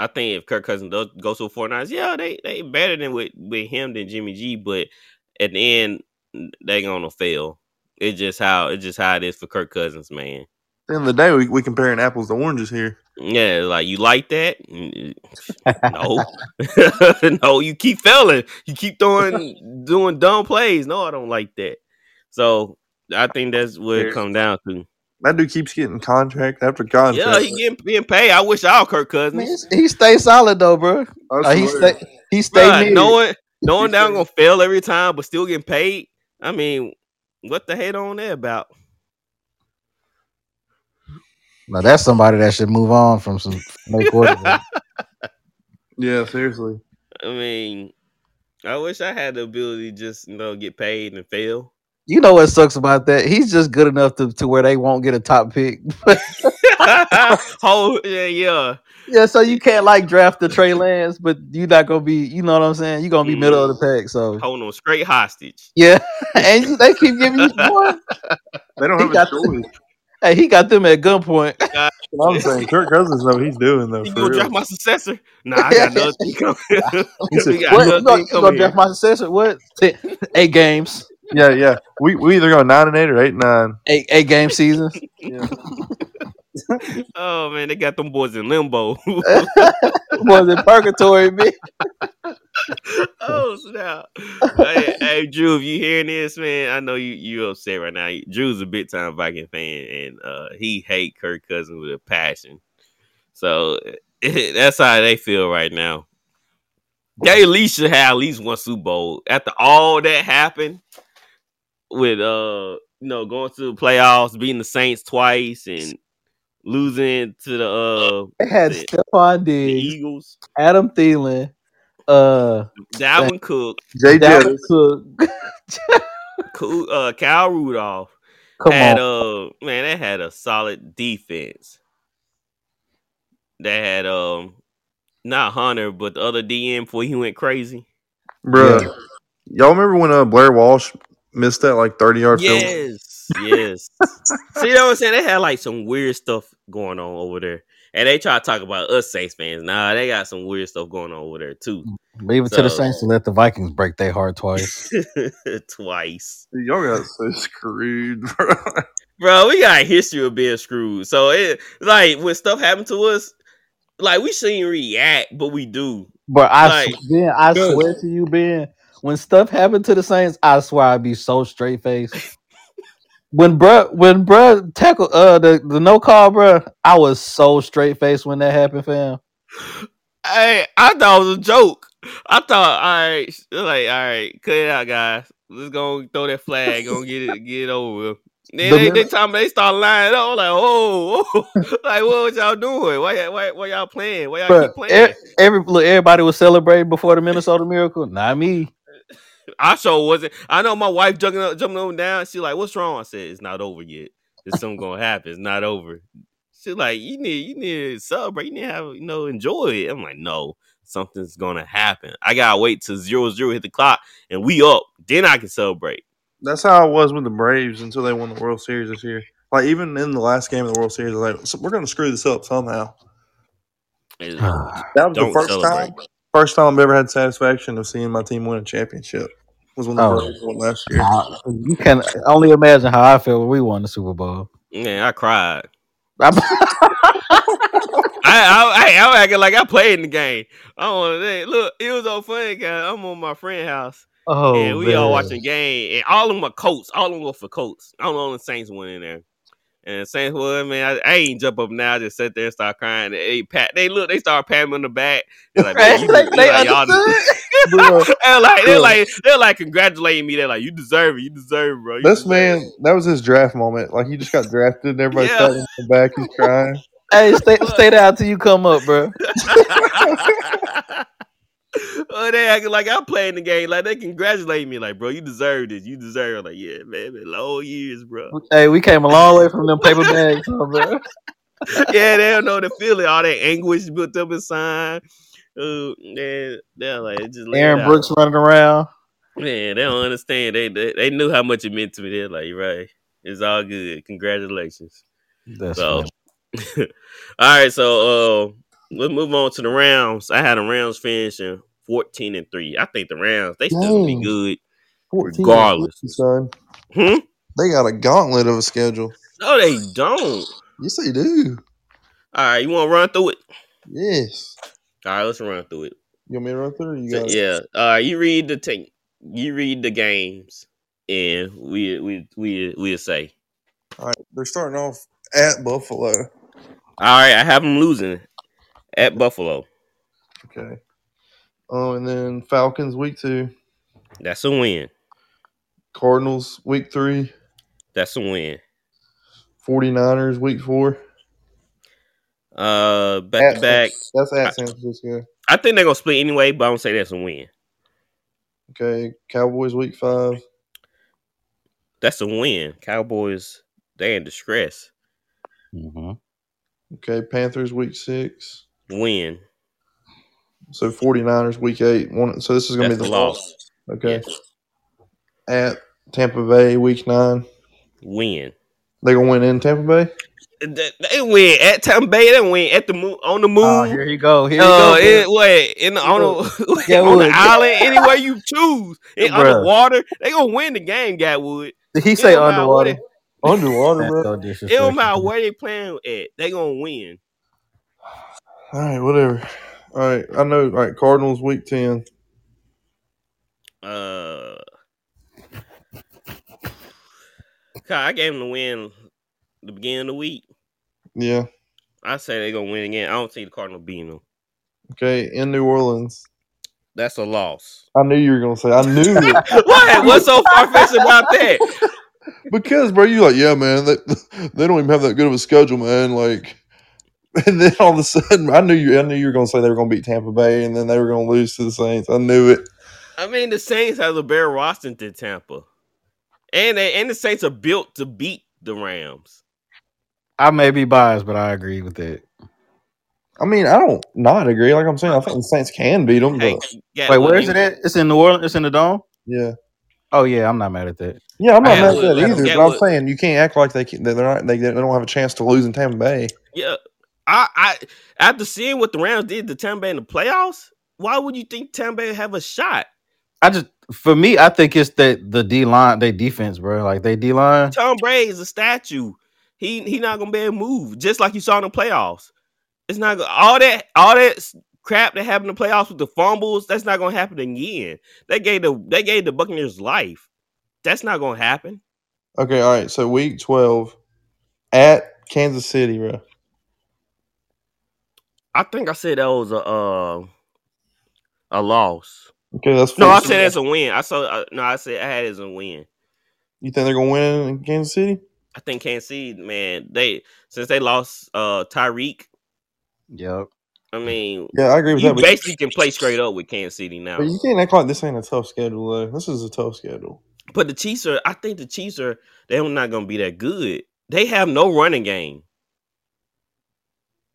Speaker 2: I think if Kirk Cousins does go to four nines, yeah, they they better than with with him than Jimmy G. But at the end, they gonna fail. It's just how it's just how it is for Kirk Cousins, man.
Speaker 4: End of the day, we we comparing apples to oranges here.
Speaker 2: Yeah, like you like that? Mm, No, no, [laughs] you keep failing. You keep throwing doing dumb plays. No, I don't like that. So I think that's what it
Speaker 4: Yeah.
Speaker 2: come down to.
Speaker 4: That dude keeps getting contract after contract.
Speaker 2: Yeah, he getting being paid. I wish all Kirk
Speaker 5: I mean,
Speaker 2: Cousins.
Speaker 5: it's- he stays solid though, bro.
Speaker 4: I
Speaker 5: Like, Uh, he
Speaker 4: swear.
Speaker 5: stay he stay
Speaker 2: Bruh,
Speaker 5: mid.
Speaker 2: knowing knowing that I'm
Speaker 4: said-
Speaker 2: gonna fail every time, but still getting paid. I mean, what the hate on that about?
Speaker 5: Now that's somebody that should move on from some from their [laughs] quarterback.
Speaker 4: yeah, seriously.
Speaker 2: I mean, I wish I had the ability to just you know get paid and fail. [laughs]
Speaker 5: You know what sucks about that? He's just good enough to, to where they won't get a top pick. [laughs]
Speaker 2: oh yeah, yeah.
Speaker 5: yeah, so you can't like draft the Trey Lance, but you're not gonna be. You know what I'm saying? You're gonna be middle of the pack. So
Speaker 2: Holding them straight hostage.
Speaker 5: yeah, [laughs] and you- they keep giving you more.
Speaker 4: They don't
Speaker 5: He
Speaker 4: have a
Speaker 5: got-
Speaker 4: choice.
Speaker 5: Hey, he got them at gunpoint.
Speaker 4: I'm saying Kirk Cousins know what he's doing though.
Speaker 2: You
Speaker 4: For
Speaker 2: gonna
Speaker 4: real.
Speaker 2: draft my successor? Nah,
Speaker 4: [laughs]
Speaker 2: I got another thing coming. [laughs]
Speaker 4: He said,
Speaker 2: we got
Speaker 5: What? You
Speaker 2: another
Speaker 5: gonna,
Speaker 2: thing
Speaker 5: you gonna
Speaker 2: coming.
Speaker 5: draft
Speaker 2: Here.
Speaker 5: my successor? What? Ten- Eight games.
Speaker 4: yeah, yeah. We we either go nine and eight or eight and nine.
Speaker 5: Eight eight game seasons.
Speaker 4: Yeah.
Speaker 2: Oh man, they got them boys in limbo.
Speaker 5: [laughs]
Speaker 2: [laughs]
Speaker 5: Was in purgatory, man.
Speaker 2: oh snap! hey, hey, Drew, if you hearing this, man, I know you you upset right now. Drew's a big time Viking fan, and uh, he hate Kirk Cousins with a passion. So [laughs] that's how they feel right now. They at least should have at least one Super Bowl after all that happened with uh you know going to the playoffs, beating the Saints twice, and losing to the uh
Speaker 5: They had
Speaker 2: Yeah.
Speaker 5: Stephon
Speaker 2: the
Speaker 5: Diggs,
Speaker 2: Eagles,
Speaker 5: Adam Thielen, uh,
Speaker 2: Dalvin Cook,
Speaker 4: JJ.
Speaker 5: Dalvin Cook.
Speaker 2: Coo- uh, Kyle Rudolph.
Speaker 5: Come
Speaker 2: had
Speaker 5: on,
Speaker 2: uh man, they had a solid defense. They had um not Hunter, but the other DM before he went crazy.
Speaker 4: Bruh. Y'all remember when uh, Blair Walsh missed that like 30 yard field?
Speaker 2: Yes,
Speaker 5: [laughs]
Speaker 2: yes. See what I'm saying? They had like some weird stuff going on over there. And they try to talk about us Saints fans. Nah, they got some weird stuff going on over there too. [laughs]
Speaker 5: leave it to the
Speaker 2: so-
Speaker 5: Saints to let the Vikings break their heart twice.
Speaker 2: Twice.
Speaker 4: Dude, y'all got so screwed, bro. [laughs]
Speaker 2: Bro, we got a history of being screwed. So it like when stuff happened to us, like we shouldn't react, but we do.
Speaker 5: But I
Speaker 2: Like,
Speaker 5: sw- Ben, I
Speaker 4: good.
Speaker 5: swear to you, Ben, when stuff happened to the Saints, I swear I'd be so straight faced. when bruh when bruh tackle uh the, the no call, bruh, I was so straight faced when that happened, fam.
Speaker 2: I I thought it was a joke. I thought, all right, sh- like, all right, cut it out, guys. Let's go throw that flag. Gonna get it, get it over. with. Then
Speaker 4: The
Speaker 2: they, they
Speaker 4: minute-
Speaker 2: time they start lining up. I'm like, oh, [laughs] like what was y'all doing? Why, y'all- why, why y'all playing? Why y'all
Speaker 5: Bruh,
Speaker 2: keep playing?
Speaker 5: e- every look, everybody was celebrating before the Minnesota Miracle.
Speaker 3: [sighs]
Speaker 5: Not me.
Speaker 2: I sure wasn't. I know my wife jumping up, jumping up and down. She like, what's wrong? I said, it's not over yet. There's something gonna happen. It's not over. She like, you need, you need to celebrate. You need to have, you know, enjoy it. I'm like, no, something's gonna happen. I gotta wait till zero zero hit the clock and we up. Then I can celebrate.
Speaker 4: That's how I was with the Braves until they won the World Series this year. Like, even in the last game of the World Series, I was like, so we're going to screw this up somehow.
Speaker 2: Is-
Speaker 4: That was
Speaker 2: Don't
Speaker 4: the first
Speaker 2: celebrate.
Speaker 4: time. First time I've ever had satisfaction of seeing my team win a championship was when the
Speaker 3: Oh.
Speaker 4: Braves won last year.
Speaker 3: I- you can only imagine how I feel when we won the Super
Speaker 5: [laughs]
Speaker 3: Bowl.
Speaker 2: Man, I cried.
Speaker 3: I-
Speaker 2: I I, I, I acting like I played in the game. I don't want to look. It was so funny because I'm on my friend's house
Speaker 3: [laughs] oh,
Speaker 2: and we all
Speaker 3: man.
Speaker 2: watching game and all of them are Colts. All of them go for Colts. I don't know the Saints went in there. And Saints won, man. I, I ain't jump up now. I just sat there and start crying. They pat. They look. They start patting me on the back. They're like, man,
Speaker 3: Right?
Speaker 2: you,
Speaker 3: Like,
Speaker 2: you
Speaker 3: they
Speaker 2: like y'all
Speaker 3: understood?
Speaker 4: [laughs]
Speaker 2: de- [laughs]
Speaker 4: Bro,
Speaker 2: and like they're
Speaker 4: Bro.
Speaker 2: like they're like congratulating me. They're like, you deserve it. You deserve it, bro. You
Speaker 4: this
Speaker 2: deserve it."
Speaker 4: man, that was his draft moment. Like he just got drafted, and everybody's
Speaker 2: Yeah.
Speaker 4: patting him on the back. He's crying.
Speaker 3: Hey, stay stay there till you come up, bro.
Speaker 2: [laughs] oh, they acting like I'm playing the game. Like they congratulate me, like bro, you deserve this. You deserve. It. Like yeah, man, been long years, bro.
Speaker 3: Hey, we came a long way from them paper bags,
Speaker 2: [laughs]
Speaker 3: huh, bro.
Speaker 2: yeah, they don't know the feeling. All that anguish built up inside. Uh, man, they're like just let it
Speaker 3: Aaron
Speaker 2: out.
Speaker 3: Brooks running around.
Speaker 2: Man, they don't understand. They, they they knew how much it meant to me. They're like, "You're right, it's all good. Congratulations.
Speaker 3: That's
Speaker 2: So, [laughs] all right, so uh, let's move on to the rounds. I had the rounds finishing fourteen and three. I think the rounds they still gonna be
Speaker 4: Dang.
Speaker 2: good.
Speaker 4: 14
Speaker 2: Regardless.
Speaker 4: son,
Speaker 2: Hmm?
Speaker 4: they got a gauntlet of a schedule.
Speaker 2: No, they don't.
Speaker 4: Yes, they do.
Speaker 2: All right, you want to run through it?
Speaker 4: Yes.
Speaker 2: All right, let's run through it.
Speaker 4: You want me to run through? Or you
Speaker 2: So,
Speaker 4: got it?
Speaker 2: yeah, all right. You read the thing. You read the games, and we we we we'll say.
Speaker 4: All right. They're starting off at Buffalo.
Speaker 2: All right, I have them losing at Buffalo.
Speaker 4: Okay. Oh, and then Falcons week two,
Speaker 2: That's a win.
Speaker 4: Cardinals week three,
Speaker 2: That's a win.
Speaker 4: 49ers week four.
Speaker 2: Uh, back to
Speaker 4: At-
Speaker 2: back.
Speaker 4: That's at San Francisco.
Speaker 2: I think they're gonna split anyway, but I don't say that's a win.
Speaker 4: Okay. Cowboys week five.
Speaker 2: That's a win. Cowboys, they in distress.
Speaker 3: Mhm.
Speaker 4: Okay. Panthers week six.
Speaker 2: Win.
Speaker 4: So 49ers week eight. One, so this is going to
Speaker 2: That's
Speaker 4: be
Speaker 2: a
Speaker 4: the
Speaker 2: loss.
Speaker 4: Okay.
Speaker 2: Yes.
Speaker 4: At Tampa Bay week nine.
Speaker 2: Win.
Speaker 4: They're going to win in Tampa Bay?
Speaker 2: They they win at Tampa Bay. They win at the moon on the moon.
Speaker 3: Oh, here you go. Here you
Speaker 2: Uh,
Speaker 3: go. bro.
Speaker 2: it, what in the, on, the,
Speaker 3: Yeah,
Speaker 2: [laughs] on the
Speaker 3: Wood.
Speaker 2: island, anywhere you
Speaker 3: [laughs]
Speaker 2: choose, in
Speaker 3: Bruh.
Speaker 2: underwater, they gonna win the game. Gatwood.
Speaker 3: Did he say
Speaker 2: It don't matter
Speaker 3: [laughs]
Speaker 2: what
Speaker 3: underwater?
Speaker 2: it- [laughs]
Speaker 4: Underwater,
Speaker 3: That's
Speaker 4: bro.
Speaker 3: so
Speaker 2: It don't matter
Speaker 3: disrespectful.
Speaker 2: where they playing at, they gonna win.
Speaker 4: All right, whatever. All right, I know. All right, Cardinals week ten.
Speaker 2: Uh, God, I gave them the win the beginning of the week.
Speaker 4: Yeah.
Speaker 2: I say they gonna win again. I don't see the Cardinal beating them.
Speaker 4: Okay, in New Orleans.
Speaker 2: That's a loss.
Speaker 3: [laughs]
Speaker 4: I knew you were gonna say. I knew it
Speaker 2: What? What's so far fetched about that?
Speaker 4: because, bro. You like, yeah, man. They, [laughs] they don't even have that good of a schedule, man. Like, [laughs] and then all of a sudden, I knew you. I knew you were gonna say they were gonna beat Tampa Bay, and then they were gonna lose to the Saints. I knew it.
Speaker 2: I mean, the Saints have a better roster than Tampa, and they and the Saints are built to beat the Rams.
Speaker 3: I may be biased, but I agree with it.
Speaker 4: I mean, I don't not agree. Like I'm saying, I think the Saints can beat them,
Speaker 2: Hey,
Speaker 4: but
Speaker 2: yeah,
Speaker 3: Wait,
Speaker 2: well,
Speaker 3: where is
Speaker 2: they-
Speaker 3: it at? It's in New Orleans. It's in the dome.
Speaker 4: yeah,
Speaker 3: Oh yeah, I'm not mad at that.
Speaker 4: yeah. I'm not
Speaker 2: Yeah,
Speaker 4: mad at
Speaker 2: well,
Speaker 4: that either.
Speaker 2: yeah,
Speaker 4: But I'm
Speaker 2: well-
Speaker 4: saying you can't act like they can, that they're not. They, they don't have a chance to lose in Tampa Bay.
Speaker 2: Yeah, I, I after seeing what the Rams did to Tampa Bay in the playoffs, why would you think Tampa Bay have a shot?
Speaker 3: I just for me, I think it's that the D line, they defense, bro. Like they D line.
Speaker 2: Tom Brady is a statue. He he not gonna be able to move, just like you saw in the playoffs. It's not gonna all that all that s- crap that happened in the playoffs with the fumbles. That's not gonna happen again. They gave the they gave the Buccaneers life. That's not gonna happen.
Speaker 4: Okay, all right. So week twelve at Kansas City, bro.
Speaker 2: I think I said that was a uh, a loss.
Speaker 4: Okay, that's
Speaker 2: No, I
Speaker 4: 14.
Speaker 2: said that's a win. I saw uh, no, I said I had it as a win.
Speaker 4: You think they're gonna win in Kansas City?
Speaker 2: I think Kansas City, man, they since they lost uh Tyreek,
Speaker 3: Yep. [laughs]
Speaker 2: I mean,
Speaker 4: Yeah, I agree with
Speaker 2: you
Speaker 4: Mm. that. But,
Speaker 2: basically can play straight up with Kansas City now.
Speaker 4: but you can't act like this ain't a tough schedule. Though. This is a tough schedule.
Speaker 2: But the Chiefs are, I think the Chiefs are, they're not going to be that good. They have no running game.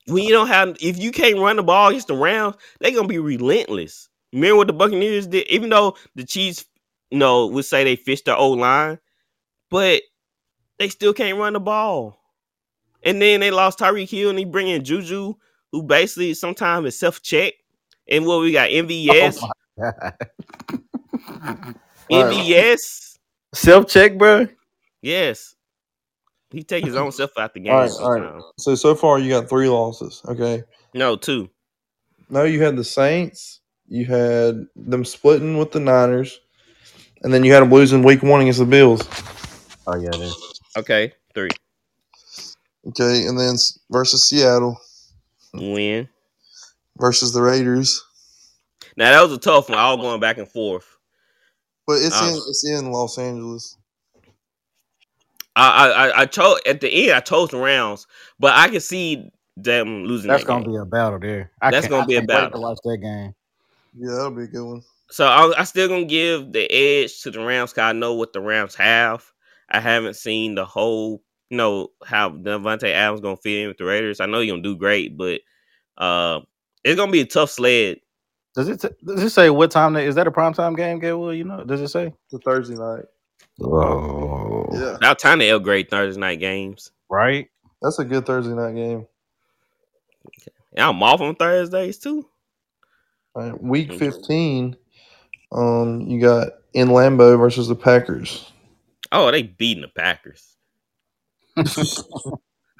Speaker 2: When you don't have, if you can't run the ball against the Rams, they're going to be relentless. Remember what the Buccaneers did? Even though the Chiefs, you know, would say they fished their old line, but they still can't run the ball. And then they lost Tyreek Hill and he bring in Juju, who basically sometimes is self checked. And what we got, MVS, MVS,
Speaker 3: Self check, bro.
Speaker 2: yes. He take his own self out the game.
Speaker 4: All right, all right.
Speaker 2: sometimes.
Speaker 4: So so far you got three losses. Okay.
Speaker 2: No, two.
Speaker 4: No, you had the Saints. You had them splitting with the Niners, and then you had them losing Week One against the Bills.
Speaker 3: Oh yeah, dude.
Speaker 2: Okay, three.
Speaker 4: Okay, and then s- versus Seattle,
Speaker 2: Win.
Speaker 4: versus the Raiders.
Speaker 2: Now that was a tough one. All going back and forth.
Speaker 4: But it's
Speaker 2: Oh.
Speaker 4: in it's in Los Angeles.
Speaker 2: I I- I, I chose at the end. I chose the rounds, but I can see them losing.
Speaker 5: That's
Speaker 2: that
Speaker 5: gonna
Speaker 2: game.
Speaker 5: be a battle there. I
Speaker 2: That's
Speaker 5: can't-
Speaker 2: gonna
Speaker 5: I
Speaker 2: be a
Speaker 5: can't wait
Speaker 2: battle.
Speaker 5: to watch that game.
Speaker 4: Yeah, that'll be a good one.
Speaker 2: So I, I still gonna give the edge to the Rams because I know what the Rams have. I haven't seen the whole, you know, how Devontae Adams gonna fit in with the Raiders. I know you're gonna do great, but uh, it's gonna be a tough sled.
Speaker 5: Does it does it say what time that is that a prime time game, Gabriel? You know, does it say?
Speaker 4: The Thursday night.
Speaker 3: Oh.
Speaker 4: Yeah,
Speaker 2: About time to upgrade Thursday night games.
Speaker 5: Right?
Speaker 4: that's a good Thursday night game.
Speaker 2: And I'm off on Thursdays too.
Speaker 4: All right, week
Speaker 2: Okay.
Speaker 4: fifteen. Um, you got in Lambeau versus the Packers.
Speaker 2: Oh, they beating the Packers.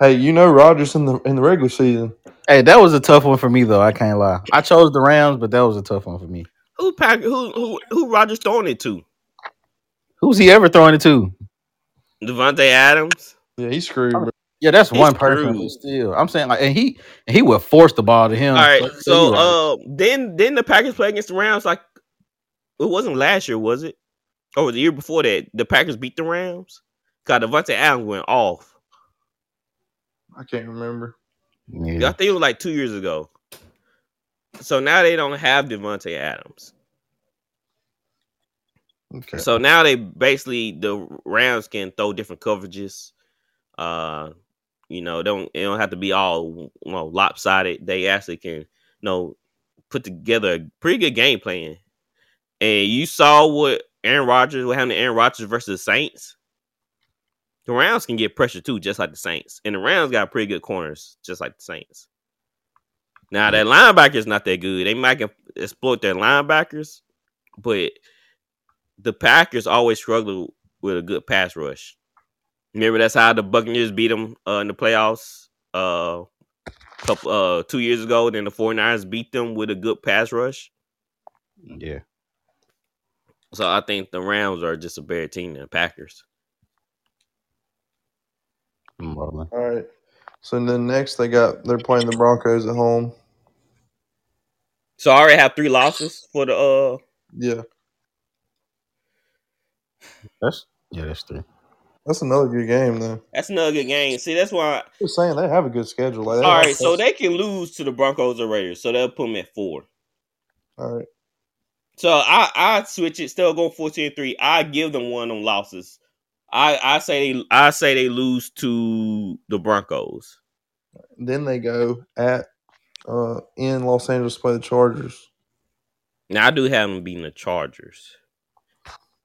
Speaker 4: Hey, you know Rodgers in the in the regular season.
Speaker 5: Hey, that was a tough one for me though. I can't lie. I chose the Rams, but that was a tough one for me.
Speaker 2: Who Pack? Who who who Rogers throwing it to?
Speaker 5: Who's he ever throwing it to?
Speaker 2: Devontae Adams.
Speaker 4: Yeah, he's
Speaker 2: Oh.
Speaker 4: screwed. Bro.
Speaker 5: Yeah, that's
Speaker 2: He's
Speaker 5: one person.
Speaker 2: screwed.
Speaker 5: but Still, I'm saying like, and he and he would force the ball to him.
Speaker 2: All right.
Speaker 5: you
Speaker 2: So
Speaker 5: right.
Speaker 2: uh, then then the Packers play against the Rams. Like it wasn't last year, was it? Or the year before that, the Packers beat the Rams. God, Devontae Adams went off.
Speaker 4: I can't remember.
Speaker 2: I
Speaker 5: yeah.
Speaker 2: think it was like two years ago. So now they don't have Devontae Adams.
Speaker 4: Okay.
Speaker 2: So now they basically the Rams can throw different coverages. Uh, you know, don't it don't have to be all you know, lopsided. They actually can, you know, put together a pretty good game plan. And you saw what Aaron Rodgers what happened to Aaron Rodgers versus the Saints. The Rams can get pressure too, just like the Saints. And the Rams got pretty good corners, just like the Saints. Now that linebacker's not that good. They might can exploit their linebackers, but the Packers always struggle with a good pass rush. Remember that's how the Buccaneers beat them uh, in the playoffs uh, couple, uh, two years ago. Then the 49ers beat them with a good pass rush.
Speaker 5: yeah.
Speaker 2: So I think the Rams are just a better team than the Packers.
Speaker 5: I'm rolling.
Speaker 4: All right. So then next they got they're playing the Broncos at home.
Speaker 2: So I already have three losses for the. Uh,
Speaker 4: Yeah,
Speaker 5: That's yeah, that's three.
Speaker 4: that's another good game though.
Speaker 2: that's another good game. See, that's why.
Speaker 4: I'm just saying they have a good schedule. Like, they
Speaker 2: all
Speaker 4: have-
Speaker 2: right, so they can lose to the Broncos or Raiders, so they'll put them at four.
Speaker 4: all right.
Speaker 2: So I I switch it, still go 14 and 3. I give them one of them losses. I I say they I say they lose to the Broncos.
Speaker 4: Then they go at uh in Los Angeles to play the Chargers,
Speaker 2: Now I do have them beating the Chargers.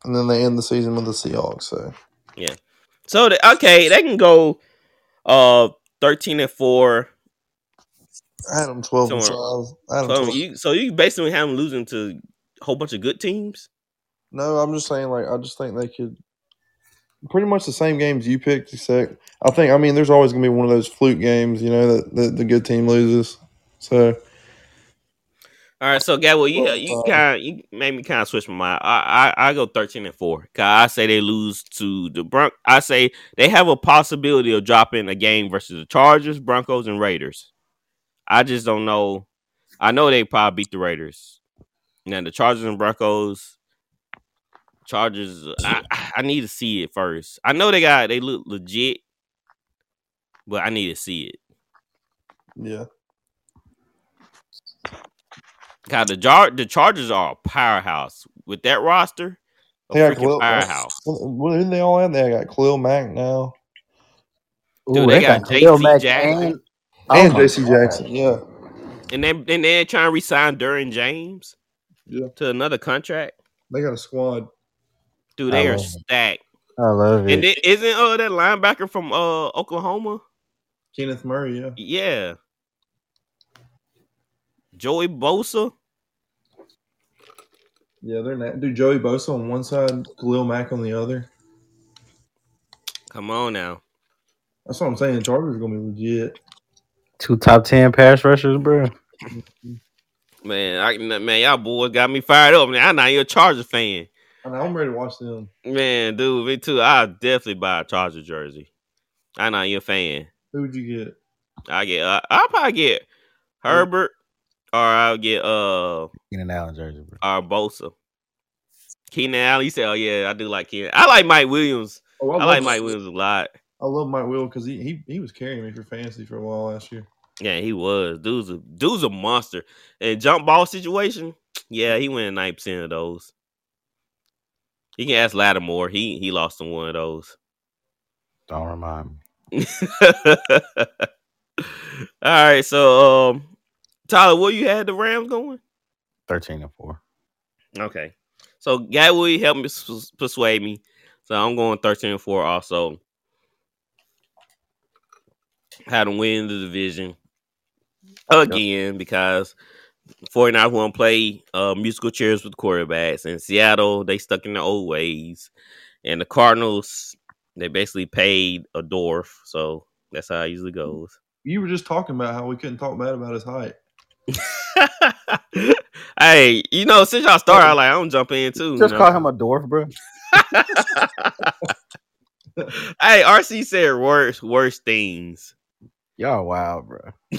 Speaker 4: and then they end the season with the Seahawks. So
Speaker 2: So the, okay, they can go uh 13 and 4.
Speaker 4: I had them twelve and
Speaker 2: Somewhere.
Speaker 4: five. I had them
Speaker 2: So
Speaker 4: 12.
Speaker 2: you so you basically have them losing to a whole bunch of good teams.
Speaker 4: No, I'm just saying. Like I just think they could. Pretty much the same games you picked, except I think I mean there's always gonna be one of those fluke games, you know, that, that the good team loses. So
Speaker 2: All right, so Gab, well, you
Speaker 4: Well,
Speaker 2: you
Speaker 4: um,
Speaker 2: kind of you made me kind of switch my mind. I, I I go thirteen and four. Cause I say they lose to the Bron. I say they have a possibility of dropping a game versus the Chargers, Broncos, and Raiders. I just don't know. I know they probably beat the Raiders. Now the Chargers and Broncos. Chargers, I, I need to see it first. I know they got they look legit, but I need to see it.
Speaker 4: yeah,
Speaker 2: God, the Jar- the Chargers are a powerhouse with that roster. A
Speaker 4: they got
Speaker 2: freaking
Speaker 4: Khalil.
Speaker 2: powerhouse.
Speaker 4: What, what didn't they all have? They got Khalil Mack now
Speaker 2: Dude, they got
Speaker 5: Khalil
Speaker 2: JC
Speaker 5: Mack
Speaker 2: Jackson.
Speaker 5: and- Oh
Speaker 4: and
Speaker 5: my
Speaker 4: J.C.
Speaker 5: God.
Speaker 4: Jackson. Yeah,
Speaker 2: And they and they're trying to resign Duran James
Speaker 4: Yeah.
Speaker 2: to another contract.
Speaker 4: they got a squad.
Speaker 2: Dude,
Speaker 5: I
Speaker 2: they are
Speaker 5: love it.
Speaker 2: stacked.
Speaker 5: I love
Speaker 2: And
Speaker 5: it.
Speaker 2: then, isn't uh that linebacker from uh Oklahoma?
Speaker 4: Kenneth Murray. Yeah,
Speaker 2: Yeah. Joey Bosa.
Speaker 4: Yeah, they're not. Dude, Joey Bosa on one side, Khalil Mack on the other.
Speaker 2: Come on now.
Speaker 4: That's what I'm saying. Chargers are gonna be legit.
Speaker 5: Two top ten pass rushers, bro.
Speaker 2: Man, I, man, y'all boys got me fired up. Man, I'm not even a Charger fan.
Speaker 4: And I'm ready to watch them.
Speaker 2: Man, dude, me too. I'll definitely buy a Charger jersey. I'm not even a fan.
Speaker 4: Who would you get?
Speaker 2: I get. I, I'll probably get Herbert, or I'll get uh
Speaker 5: In an Allen jersey, bro.
Speaker 2: or Bosa. Keenan Allen. You say, oh yeah, I do like Keenan. I like Mike Williams.
Speaker 4: Oh,
Speaker 2: I
Speaker 4: love-
Speaker 2: like Mike Williams a lot.
Speaker 4: I love Mike Will because he, he he was carrying me for fantasy for a while last year.
Speaker 2: Yeah, he was. Dude's a dude's a monster. And jump ball situation, yeah, he went nine percent of those. You can ask Lattimore. He he lost in one of those. [laughs]
Speaker 5: Don't remind me.
Speaker 2: All right, so um, Tyler, where you had the Rams going?
Speaker 5: Thirteen and four.
Speaker 2: Okay, so Guy Woody helped me s- persuade me, so I'm going thirteen and four. Also, had them win the division again because 49 won't play uh, musical chairs with quarterbacks. In Seattle, they stuck in the old ways, and the Cardinals they basically paid a dwarf, so that's how it usually goes.
Speaker 5: [laughs]
Speaker 2: [laughs]
Speaker 4: You were just talking about how we couldn't talk bad about his height.
Speaker 2: hey, you know, since y'all started, I like I'm jumping in too. you
Speaker 5: Just
Speaker 2: know?
Speaker 5: call him a dwarf, bro.
Speaker 2: hey, RC said worse, worse things.
Speaker 5: Y'all wild, bro.
Speaker 4: I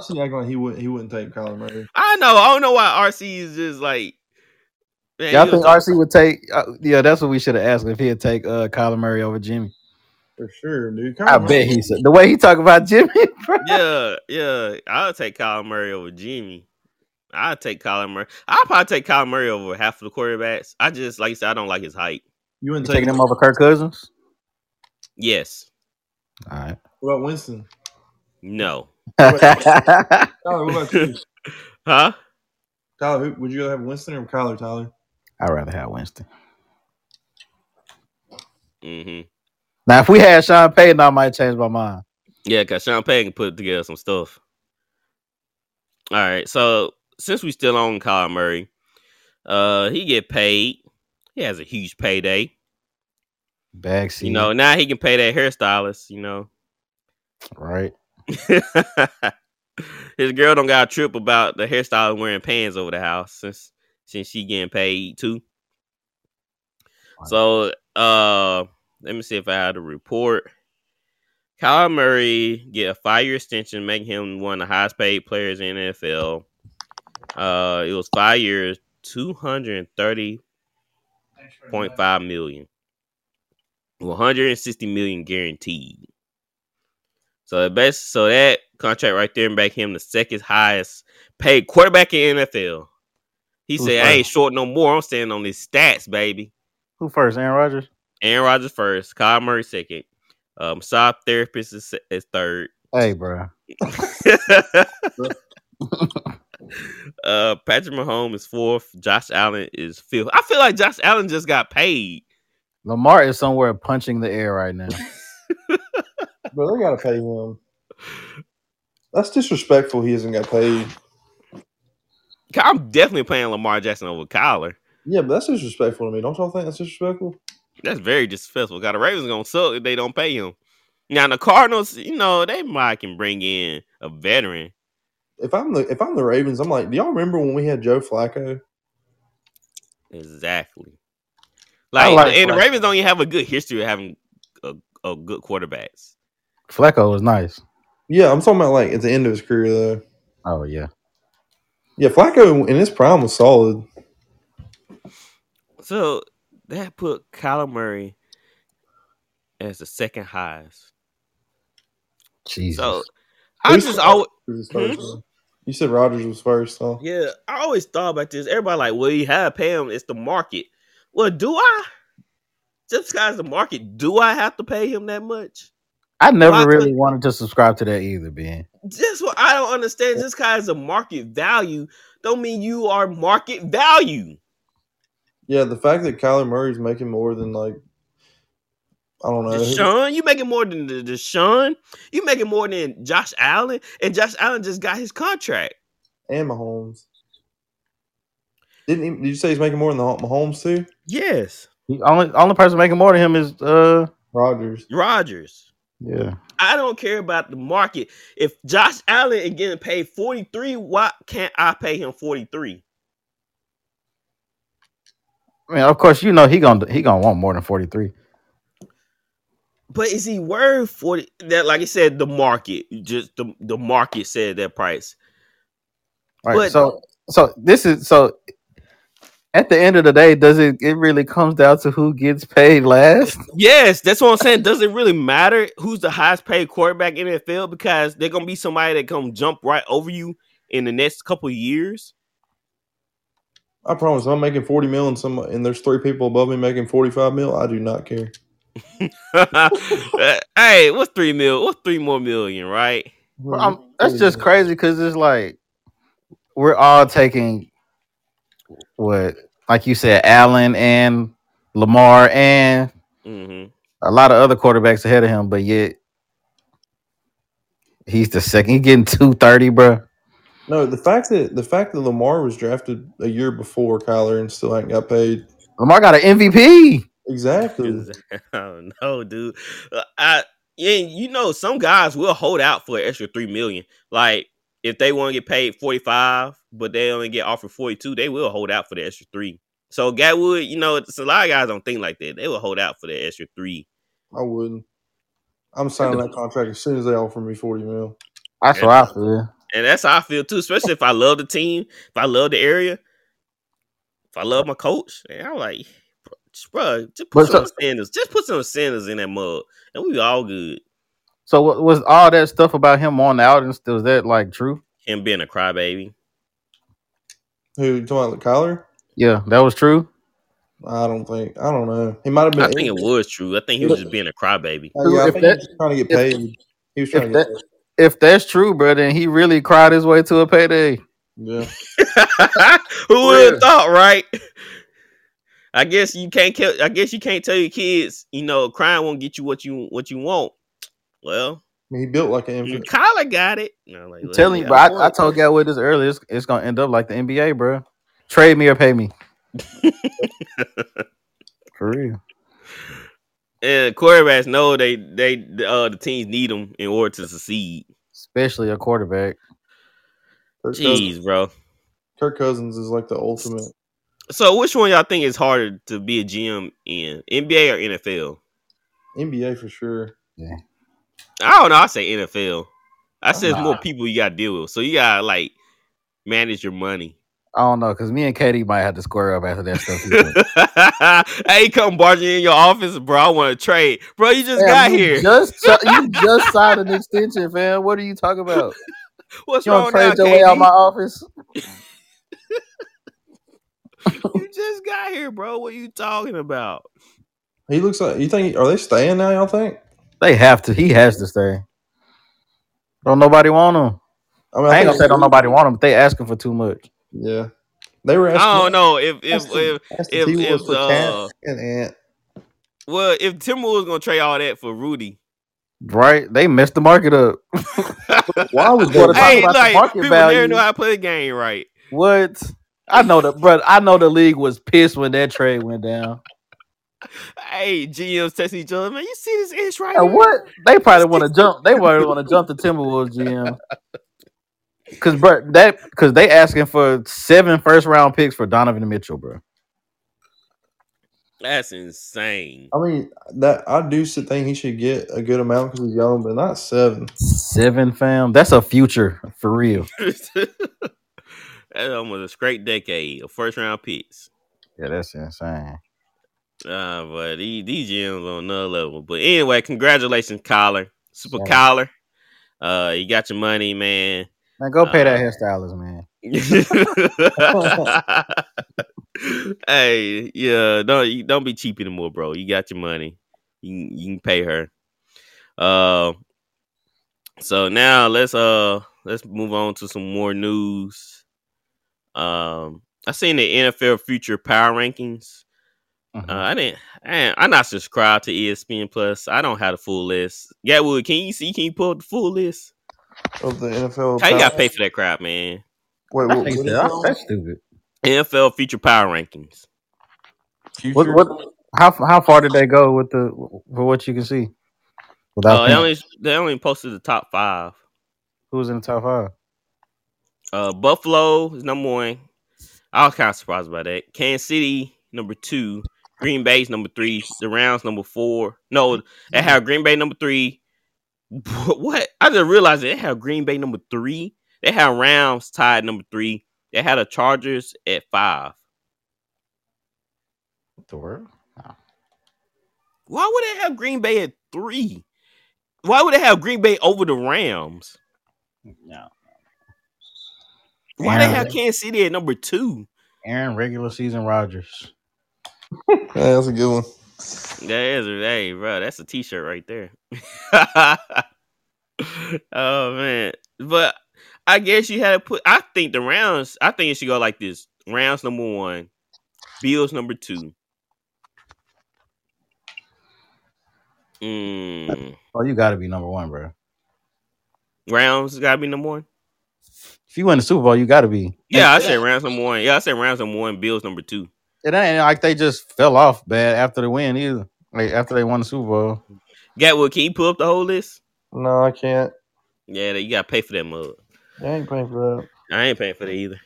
Speaker 4: see acting like he wouldn't he wouldn't take Kyler Murray.
Speaker 2: I know. I don't know why RC is just like. Man,
Speaker 5: Y'all
Speaker 2: he
Speaker 5: think
Speaker 2: was-
Speaker 5: RC would take? Uh, yeah, that's what we should have asked if he'd take uh, Kyler Murray over Jimmy.
Speaker 4: For sure, dude. Kyler
Speaker 5: I
Speaker 4: Murray-
Speaker 5: bet he said the way he talk about Jimmy. [laughs] Bro.
Speaker 2: yeah, yeah. I'll take Kyle Murray over Jimmy. I'll take Kyle Murray. I'll probably take Kyle Murray over half of the quarterbacks. I just like you said, I don't like his height.
Speaker 4: You
Speaker 5: You
Speaker 4: wouldn't take
Speaker 5: taking
Speaker 4: him.
Speaker 5: him over Kirk Cousins.
Speaker 2: Yes.
Speaker 5: All right.
Speaker 4: What about Winston?
Speaker 2: No.
Speaker 5: [laughs] I
Speaker 4: Tyler, what about [laughs] you?
Speaker 2: Huh?
Speaker 4: Tyler, who, would you rather have Winston or Kyler? Tyler,
Speaker 5: would rather have Winston.
Speaker 2: Mm-hmm.
Speaker 5: Now, if we had Sean Payton, I might change my mind.
Speaker 2: Yeah, because Sean Payton can put together some stuff. All right, so since we still on Kyle Murray, uh, he get paid. He has a huge payday.
Speaker 5: Backseat,
Speaker 2: You know, now he can pay that hairstylist. You know, [laughs]
Speaker 5: right?
Speaker 2: his girl don't got a trip about the hairstylist wearing pants over the house since since she getting paid too. So uh let me see if I had a report. Kyle Murray get a five year extension, making him one of the highest paid players in the NFL. Uh it was five years, two hundred and thirty point five million. One hundred and sixty million guaranteed. So the best, so that contract right there make him the second highest paid quarterback in NFL. He
Speaker 5: Who's
Speaker 2: said,
Speaker 5: first?
Speaker 2: "I ain't short no more. I'm standing on these stats, baby."
Speaker 5: Who first, Aaron Rodgers?
Speaker 2: Aaron Rodgers first, Kyle Murray second, um, massage therapist is, se- is third, [laughs]
Speaker 5: Hey, bro.
Speaker 2: uh, Patrick Mahomes is fourth, Josh Allen is fifth. I feel like Josh Allen just got paid.
Speaker 5: Lamar is somewhere punching the air
Speaker 2: [laughs]
Speaker 5: right now.
Speaker 4: bro, they gotta pay him. That's disrespectful. He hasn't got paid.
Speaker 2: I'm definitely playing Lamar Jackson over Kyler.
Speaker 4: Yeah, but that's disrespectful to me. Don't y'all think that's disrespectful?
Speaker 2: That's very disrespectful. Got the Ravens gonna suck if they don't pay him. Now the Cardinals, you know, they might can bring in a veteran.
Speaker 4: If I'm the if I'm the Ravens, I'm like, do y'all remember when we had Joe Flacco?
Speaker 2: Exactly.
Speaker 5: I
Speaker 2: Like,
Speaker 5: like
Speaker 2: and the
Speaker 5: Flacco.
Speaker 2: Ravens don't even have a good history of having a, a good quarterbacks.
Speaker 5: Flecko was nice.
Speaker 4: Yeah, I'm talking about like at the end of his career though.
Speaker 5: Oh yeah.
Speaker 4: Yeah, Flacco in his prime was solid.
Speaker 2: So that put Kyler Murray as the second highest.
Speaker 5: Jesus.
Speaker 2: So I
Speaker 4: Who's
Speaker 2: just
Speaker 4: first?
Speaker 2: always
Speaker 4: Who was first, man? You said Rogers was first, huh?
Speaker 2: yeah, I always thought about this. Everybody like, well, you have to pay him. It's the market. Well, do I? Just because the market, do I have to pay him that much?
Speaker 5: I never
Speaker 2: Well, I
Speaker 5: really
Speaker 2: took-
Speaker 5: wanted to subscribe to that either, Ben.
Speaker 2: Just what I don't understand. Just because the market value don't mean you are market value.
Speaker 4: Yeah, the fact that Kyler Murray's making more than like I don't know.
Speaker 2: Deshaun, you making more than the Deshaun. You making more than Josh Allen, and Josh Allen just got his contract.
Speaker 4: and Mahomes. Didn't even, did you say he's making more than the Mahomes too?
Speaker 2: Yes,
Speaker 5: He, only only person making more than him is uh
Speaker 4: Rodgers.
Speaker 2: Rogers.
Speaker 5: yeah.
Speaker 2: I don't care about the market. If Josh Allen is getting paid forty three, why can't I pay him forty three?
Speaker 5: I mean, of course, you know he gonna he gonna want more than forty three.
Speaker 2: But is he worth forty? That like I said, the market just the the market said that price.
Speaker 5: Right.
Speaker 2: But-
Speaker 5: so so this is so at the end of the day, does it it really comes down to who gets paid last?
Speaker 2: Yes, that's what I'm saying. Does it really matter who's the highest paid quarterback in the field? Because they're gonna be somebody that come jump right over you in the next couple of years. [laughs]
Speaker 4: I promise, if I'm making forty mil and some, and there's three people above me making forty five mil. I do not care.
Speaker 2: Uh, hey, what's three mil? What's three more million? Right?
Speaker 5: Well, I'm- that's just crazy because it's like we're all taking what, like you said, Allen and Lamar and
Speaker 2: Mm-hmm.
Speaker 5: a lot of other quarterbacks ahead of him, but yet he's the second. He's getting two thirty, bro.
Speaker 4: No, the fact that the fact that Lamar was drafted a year before Kyler and still ain't got paid.
Speaker 5: Lamar got an MVP.
Speaker 4: Exactly.
Speaker 2: [laughs] I don't know, Oh, dude. Uh, I yeah, you know, some guys will hold out for an extra three million. Like if they want to get paid forty five, but they only get offered forty two, they will hold out for the extra three. So Gatwood, you know, it's a lot of guys don't think like that. They will hold out for the extra three.
Speaker 4: I wouldn't. I'm signing that contract as soon as they offer me forty mil.
Speaker 5: That's what I feel.
Speaker 2: And that's how I feel too, especially if I love the team, if I love the area, if I love my coach, and I'm like, bro, just put
Speaker 5: But
Speaker 2: some
Speaker 5: so-
Speaker 2: standards. Just put some standards in that mug. And we all good.
Speaker 5: So wa- was all that stuff about him on the outings? Was that like true?
Speaker 2: Him being a crybaby.
Speaker 4: Who you talking about Kyler?
Speaker 5: Yeah, that was true.
Speaker 4: I don't think. I don't know. He might have been.
Speaker 2: I think it was true. I think he was just being a
Speaker 5: [laughs]
Speaker 2: crybaby.
Speaker 4: Uh, yeah, I
Speaker 5: If
Speaker 4: think
Speaker 5: that-
Speaker 4: he was trying to get
Speaker 5: if-
Speaker 4: paid. He was trying to
Speaker 5: if
Speaker 4: get
Speaker 5: that- If that's true, bro, then he really cried his way to a payday.
Speaker 4: paid.
Speaker 2: Who would have thought, right? I guess you can't. Kill, I guess you can't tell your kids, you know, crying won't get you what you what you want. Well,
Speaker 4: Yeah, he built like an infant.
Speaker 2: Kyler got it. And I'm like,
Speaker 5: I'm
Speaker 2: well,
Speaker 5: telling you,
Speaker 2: yeah,
Speaker 5: bro.
Speaker 2: want
Speaker 5: I, I
Speaker 2: it.
Speaker 5: told y'all with this earlier. It's, it's gonna end up like the NBA, bro. Trade me or
Speaker 2: [laughs]
Speaker 5: pay me. For real.
Speaker 2: And quarterbacks know they they uh the teams need them in order to succeed.
Speaker 5: Especially a quarterback.
Speaker 4: Kirk Cousins,
Speaker 2: Jeez, bro.
Speaker 4: Kirk Cousins is like the ultimate.
Speaker 2: So which one y'all think is harder to be a GM in NBA or NFL?
Speaker 4: NBA for sure.
Speaker 2: I don't know. I say NFL. I say it's more
Speaker 5: Nah.
Speaker 2: people you got to deal with. So you got to like manage your money.
Speaker 5: I don't know, cause me and Katie might have to square up after that stuff. he said.
Speaker 2: [laughs] hey, come barging in your office, bro. I want to trade, bro. You just
Speaker 5: Fam,
Speaker 2: got
Speaker 5: you
Speaker 2: here.
Speaker 5: Just [laughs] si- you just signed an extension, fam. What are you talking about?
Speaker 2: What's
Speaker 5: You don't
Speaker 2: wrong now,
Speaker 5: trade your way out
Speaker 2: KB?
Speaker 5: my office.
Speaker 2: [laughs] you just got here, bro. What you talking about?
Speaker 4: He looks like. You think? Are they staying now? Y'all think?
Speaker 5: They have to. He has to stay. Don't nobody want him.
Speaker 4: I mean,
Speaker 5: I ain't
Speaker 4: think-
Speaker 5: gonna say don't nobody want him, but they asking for too much.
Speaker 4: Yeah, they were.
Speaker 2: I
Speaker 4: Asking,
Speaker 2: don't know if if
Speaker 4: asking-
Speaker 2: if
Speaker 4: asking
Speaker 2: if-
Speaker 4: T-Wolves
Speaker 2: if,
Speaker 4: for
Speaker 2: uh,
Speaker 4: Cat and Ant.
Speaker 2: well if Tim was gonna trade all that for Rudy.
Speaker 5: Right? They messed the market up.
Speaker 4: Why would they?
Speaker 5: What about-
Speaker 2: hey,
Speaker 5: the
Speaker 2: like
Speaker 5: market
Speaker 2: people
Speaker 5: value.
Speaker 2: never know how to play the game right.
Speaker 5: What? I know the bro. I know the league was pissed when that trade went down.
Speaker 2: Hey, GMs text each other, man. You see this ish right?
Speaker 5: And
Speaker 2: here?
Speaker 5: what? They probably want to jump. They probably want to jump the Timberwolves GM. Cause bro, that cause they asking for seven first round picks for Donovan Mitchell, bro.
Speaker 2: That's insane.
Speaker 4: I mean, that I do s- think he should get a good amount because he's young, but not seven.
Speaker 5: Seven fam. That's a future for real.
Speaker 2: [laughs] That's almost a straight decade of first round picks.
Speaker 5: Yeah, that's insane.
Speaker 2: Uh, but these, these GMs on another level. But anyway, congratulations, Collar. Super
Speaker 5: Yeah.
Speaker 2: Collar. Uh, you got your money, man.
Speaker 5: Man, go pay that hairstylist, man.
Speaker 2: [laughs] hey, yeah, don't you don't be cheap anymore, bro. You got your money. You can- you can pay her. Uh, so now let's uh let's move on to some more news. Um, I seen the NFL future power rankings.
Speaker 5: Mhm.
Speaker 2: Uh, I didn't. I didn't- I'm not subscribed to E ESPN Plus. I don't have the full list. Gatwood, can you see? Can you pull up the full list?
Speaker 4: Of the NFL,
Speaker 2: How you got to
Speaker 4: power-
Speaker 2: pay for that crap, man?
Speaker 4: Wait,
Speaker 5: I
Speaker 4: what, what
Speaker 5: think
Speaker 4: is it
Speaker 5: that-
Speaker 4: on?
Speaker 5: that's stupid.
Speaker 2: NFL future power rankings.
Speaker 4: Future?
Speaker 5: What, what? How how far did they go with the for what you can see? Without
Speaker 2: Uh, they
Speaker 5: thinking,
Speaker 2: only they only posted the top five.
Speaker 5: who was in the top five?
Speaker 2: Uh, Buffalo is number one. I was kind of surprised by that. Kansas City number two. Green Bay's number three. The Rounds number four. No, they have Green Bay number three. [laughs] What? I just realized they have Green Bay number three. They have Rounds tied number three. They had the Chargers at five.
Speaker 5: What the world?
Speaker 2: Why would they have Green Bay at three? Why would they have Green Bay over the Rams?
Speaker 5: No.
Speaker 2: Why they
Speaker 5: Aaron-
Speaker 2: have Kansas City at number two?
Speaker 5: Aaron regular season Rodgers.
Speaker 4: Yeah, that's a good one.
Speaker 2: That is hey, bro. That's a T-shirt right there. [laughs] oh man, but I guess you had to put. I think the rounds. I think it should go like this: rounds number one, Bills number two. Mm,
Speaker 5: Oh, you got to be number one, bro.
Speaker 2: rounds got to be number one.
Speaker 5: If you win the Super Bowl, you got to be.
Speaker 2: Yeah, I said rounds number one. Yeah, I said rounds number one. Bills number two.
Speaker 5: It ain't like they just fell off bad after the win either. Like after they won the Super Bowl.
Speaker 2: Gatwood, can you pull up the whole list?
Speaker 4: No, I can't.
Speaker 2: Yeah, you gotta pay for that mug.
Speaker 4: I ain't paying for that.
Speaker 2: I ain't paying for that either.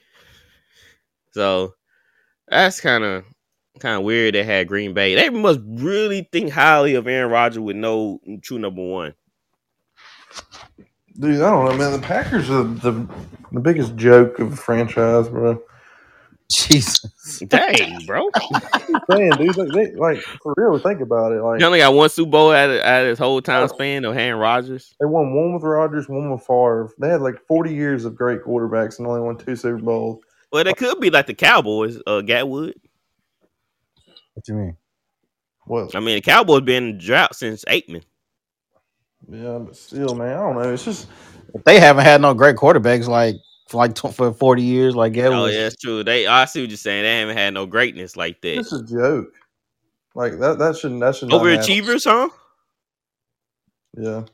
Speaker 2: So that's kind of kind of weird. They had Green Bay. They must really think highly of Aaron Rodgers with no true number one.
Speaker 4: Dude, I don't know, man. The Packers are the the biggest joke of the franchise, bro.
Speaker 5: Jesus.
Speaker 2: Dang, bro.
Speaker 4: I'm saying, dude, like, they, like for real, think about it. Like
Speaker 2: He only got one Super Bowl out of, out of his whole time span of Aaron Rodgers.
Speaker 4: they won one with Rodgers, one with Favre. They had like 40 years of great quarterbacks and only won two Super Bowls.
Speaker 2: Well, they could be like the Cowboys, uh, Gatwood.
Speaker 5: What you mean?
Speaker 4: What?
Speaker 2: I mean, the Cowboys been in drought since Aikman.
Speaker 4: Yeah, but still, man, I don't know. It's just
Speaker 5: If they haven't had no great quarterbacks like for like tw- for forty years, like yeah,
Speaker 2: Oh,
Speaker 5: was-
Speaker 2: yeah, that's true. They, I see what you're saying. They haven't had no greatness like
Speaker 4: it's
Speaker 2: that.
Speaker 4: a joke. Like that. That should that should not happen.
Speaker 2: Overachievers, huh?
Speaker 4: Yeah.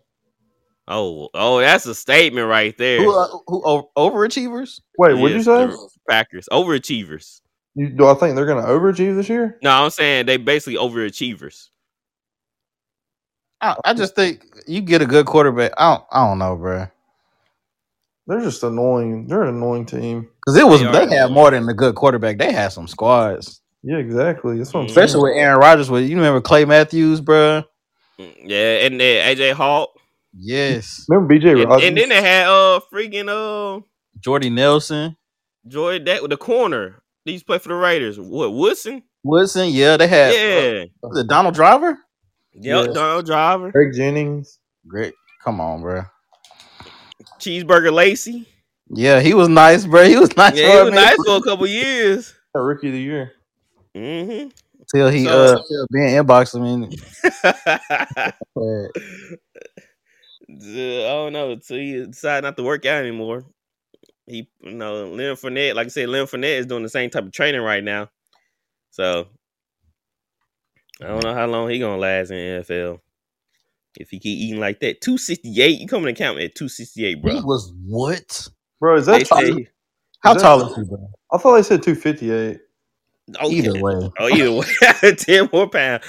Speaker 2: Oh, oh, that's a statement right there.
Speaker 5: Who, uh, who o- overachievers?
Speaker 4: Wait, what'd you
Speaker 2: Yes,
Speaker 4: say?
Speaker 2: the Packers overachievers.
Speaker 4: You, do I think they're going to overachieve this year?
Speaker 2: No, I'm saying they basically overachievers.
Speaker 5: I, I just think you get a good quarterback. I don't, I don't know, bro.
Speaker 4: They're just annoying. They're an annoying team.
Speaker 5: Because it was
Speaker 2: They
Speaker 5: they,
Speaker 2: are.
Speaker 5: had more than a good quarterback. They had some squads,
Speaker 4: Yeah, exactly. That's what I'm
Speaker 5: especially with Aaron Rodgers. With you remember Clay Matthews, bro?
Speaker 2: Mm, Yeah, and then AJ Hawk,
Speaker 5: Yes,
Speaker 4: Remember BJ
Speaker 2: and,
Speaker 4: Rodgers?
Speaker 2: and then they had uh freaking uh
Speaker 5: Jordy Nelson,
Speaker 2: Joy that with the corner. They used to play for the Raiders. What Woodson?
Speaker 5: Woodson. Yeah, they
Speaker 2: Yeah,
Speaker 5: had uh,
Speaker 2: yeah,
Speaker 5: was it Donald Driver.
Speaker 4: Yeah.
Speaker 2: Donald Driver,
Speaker 4: Greg Jennings.
Speaker 5: Great, come on, bro.
Speaker 2: Cheeseburger Lacey.
Speaker 5: Yeah, he was nice, bro. He was [laughs] nice.
Speaker 2: Yeah,
Speaker 5: bro.
Speaker 2: he
Speaker 5: I
Speaker 2: was
Speaker 5: mean,
Speaker 2: nice for a couple years.
Speaker 4: Yeah, Rookie of the year.
Speaker 2: hmm
Speaker 5: Till he
Speaker 2: So-
Speaker 5: uh till being inboxed. I mean,
Speaker 2: Mm-hmm. [laughs]
Speaker 5: uh,
Speaker 2: I don't know. So he decided not to work out anymore. He, you know, Leonard Fournette, like I said, Leonard Fournette is doing the same type of training right now. So I don't know how long he gonna last in NFL if he keep eating like that. Two sixty eight, you coming to count at two sixty eight,
Speaker 5: he
Speaker 2: bro?
Speaker 5: was what?
Speaker 4: Bro, is
Speaker 2: They
Speaker 4: that tall?
Speaker 2: say,
Speaker 5: How
Speaker 4: that-
Speaker 5: tall
Speaker 2: Oh,
Speaker 5: is he, bro?
Speaker 4: I thought they said 258.
Speaker 2: okay.
Speaker 5: Either way,
Speaker 2: Oh, either way, [laughs] ten more pound.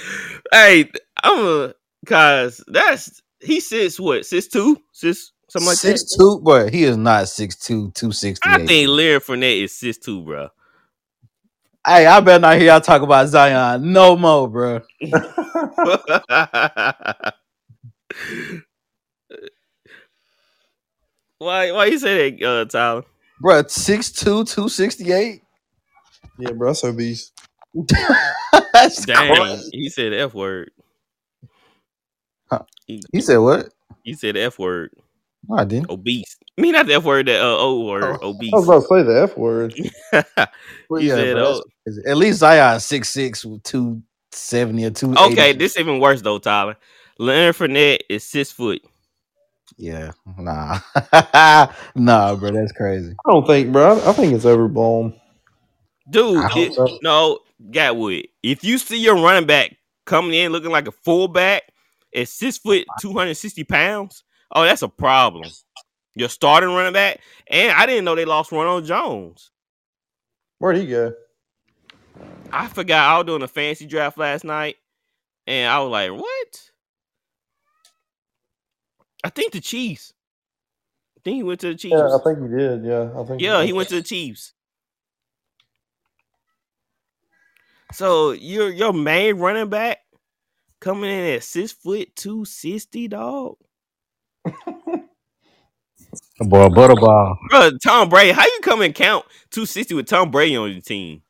Speaker 2: Hey, I'm a cause that's he sits what six two six something like that.
Speaker 5: six two, but he is not six two, two sixty
Speaker 2: I
Speaker 5: eight.
Speaker 2: think Leonard Fournette is six two, bro.
Speaker 5: Hey, I better not hear y'all talk about Zion no more, bro.
Speaker 2: why? [laughs] Why you say that, uh, Tyler?
Speaker 5: Bro, 6'2", 268?
Speaker 4: yeah, bro, that's obese.
Speaker 5: [laughs] That's
Speaker 2: Damn,
Speaker 5: crazy.
Speaker 2: he said the f word.
Speaker 5: Huh.
Speaker 2: He,
Speaker 5: He said what?
Speaker 2: he said the f word.
Speaker 5: No, I didn't.
Speaker 2: Obese. I mean, not the f word. That uh, o word. Obese. [laughs]
Speaker 4: I was about to say the F word.
Speaker 5: Well,
Speaker 2: He
Speaker 5: yeah,
Speaker 2: said, oh.
Speaker 5: bro, that's crazy. At least Zion six six two seventy or two.
Speaker 2: okay, this even worse though, Tyler. Leonard Fournette is six foot.
Speaker 5: yeah, nah, [laughs] nah, bro, that's crazy.
Speaker 4: I don't think, bro. I, I think it's overblown.
Speaker 2: Dude,
Speaker 5: I hope
Speaker 2: it-
Speaker 4: so.
Speaker 2: no, Gatwood. If you see your running back coming in looking like a fullback at six foot, two hundred sixty pounds, oh, that's a problem. Your starting running back, and I didn't know they lost Ronald Jones.
Speaker 4: Where'd he go?
Speaker 2: I forgot I was doing a fancy draft last night, and I was like, "What?" I think the Chiefs. I think he went to the Chiefs.
Speaker 4: Yeah, I think he did. Yeah, I think.
Speaker 2: Yeah,
Speaker 4: did.
Speaker 2: he went to the Chiefs. So your your main running back coming in at six foot two sixty, dog.
Speaker 5: Boy, butterball.
Speaker 2: Bro, Tom Brady, how you come and count two sixty with Tom Brady on your team?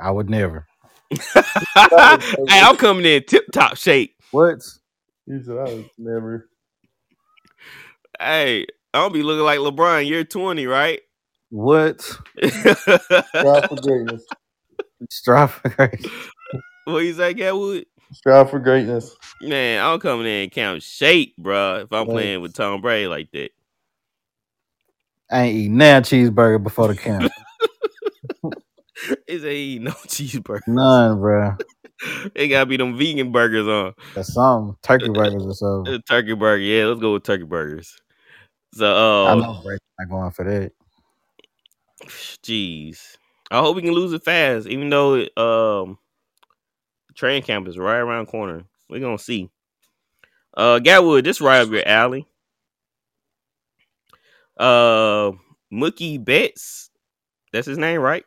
Speaker 5: I would never.
Speaker 2: [laughs] hey, I'm coming in tip top shape.
Speaker 5: What?
Speaker 4: He said, "I was never."
Speaker 2: Hey, I don't be looking like LeBron. You're twenty, right?
Speaker 5: What?
Speaker 4: Strive for greatness.
Speaker 5: Strive for [laughs] grace.
Speaker 2: [laughs] what you say, Gatwood?
Speaker 4: Strive for greatness.
Speaker 2: Man, I'm coming in and count shape, bro. If I'm playing with Tom Brady like that.
Speaker 5: I ain't eating now cheeseburger before the camp.
Speaker 2: Is a no [laughs] cheeseburger.
Speaker 5: None, bruh.
Speaker 2: It gotta be them vegan burgers on.
Speaker 5: That's something.
Speaker 2: [laughs]
Speaker 5: Turkey burgers or something.
Speaker 2: Uh, Turkey burger, yeah. Let's go with turkey burgers. So,
Speaker 5: I
Speaker 2: uh,
Speaker 5: know Brady's not going for that.
Speaker 2: jeez, I hope we can lose it fast. Even though it, um, train camp is right around the corner, we're gonna see. Uh, Gatwood, this right up your alley. Uh, Mookie Betts, that's his name, right?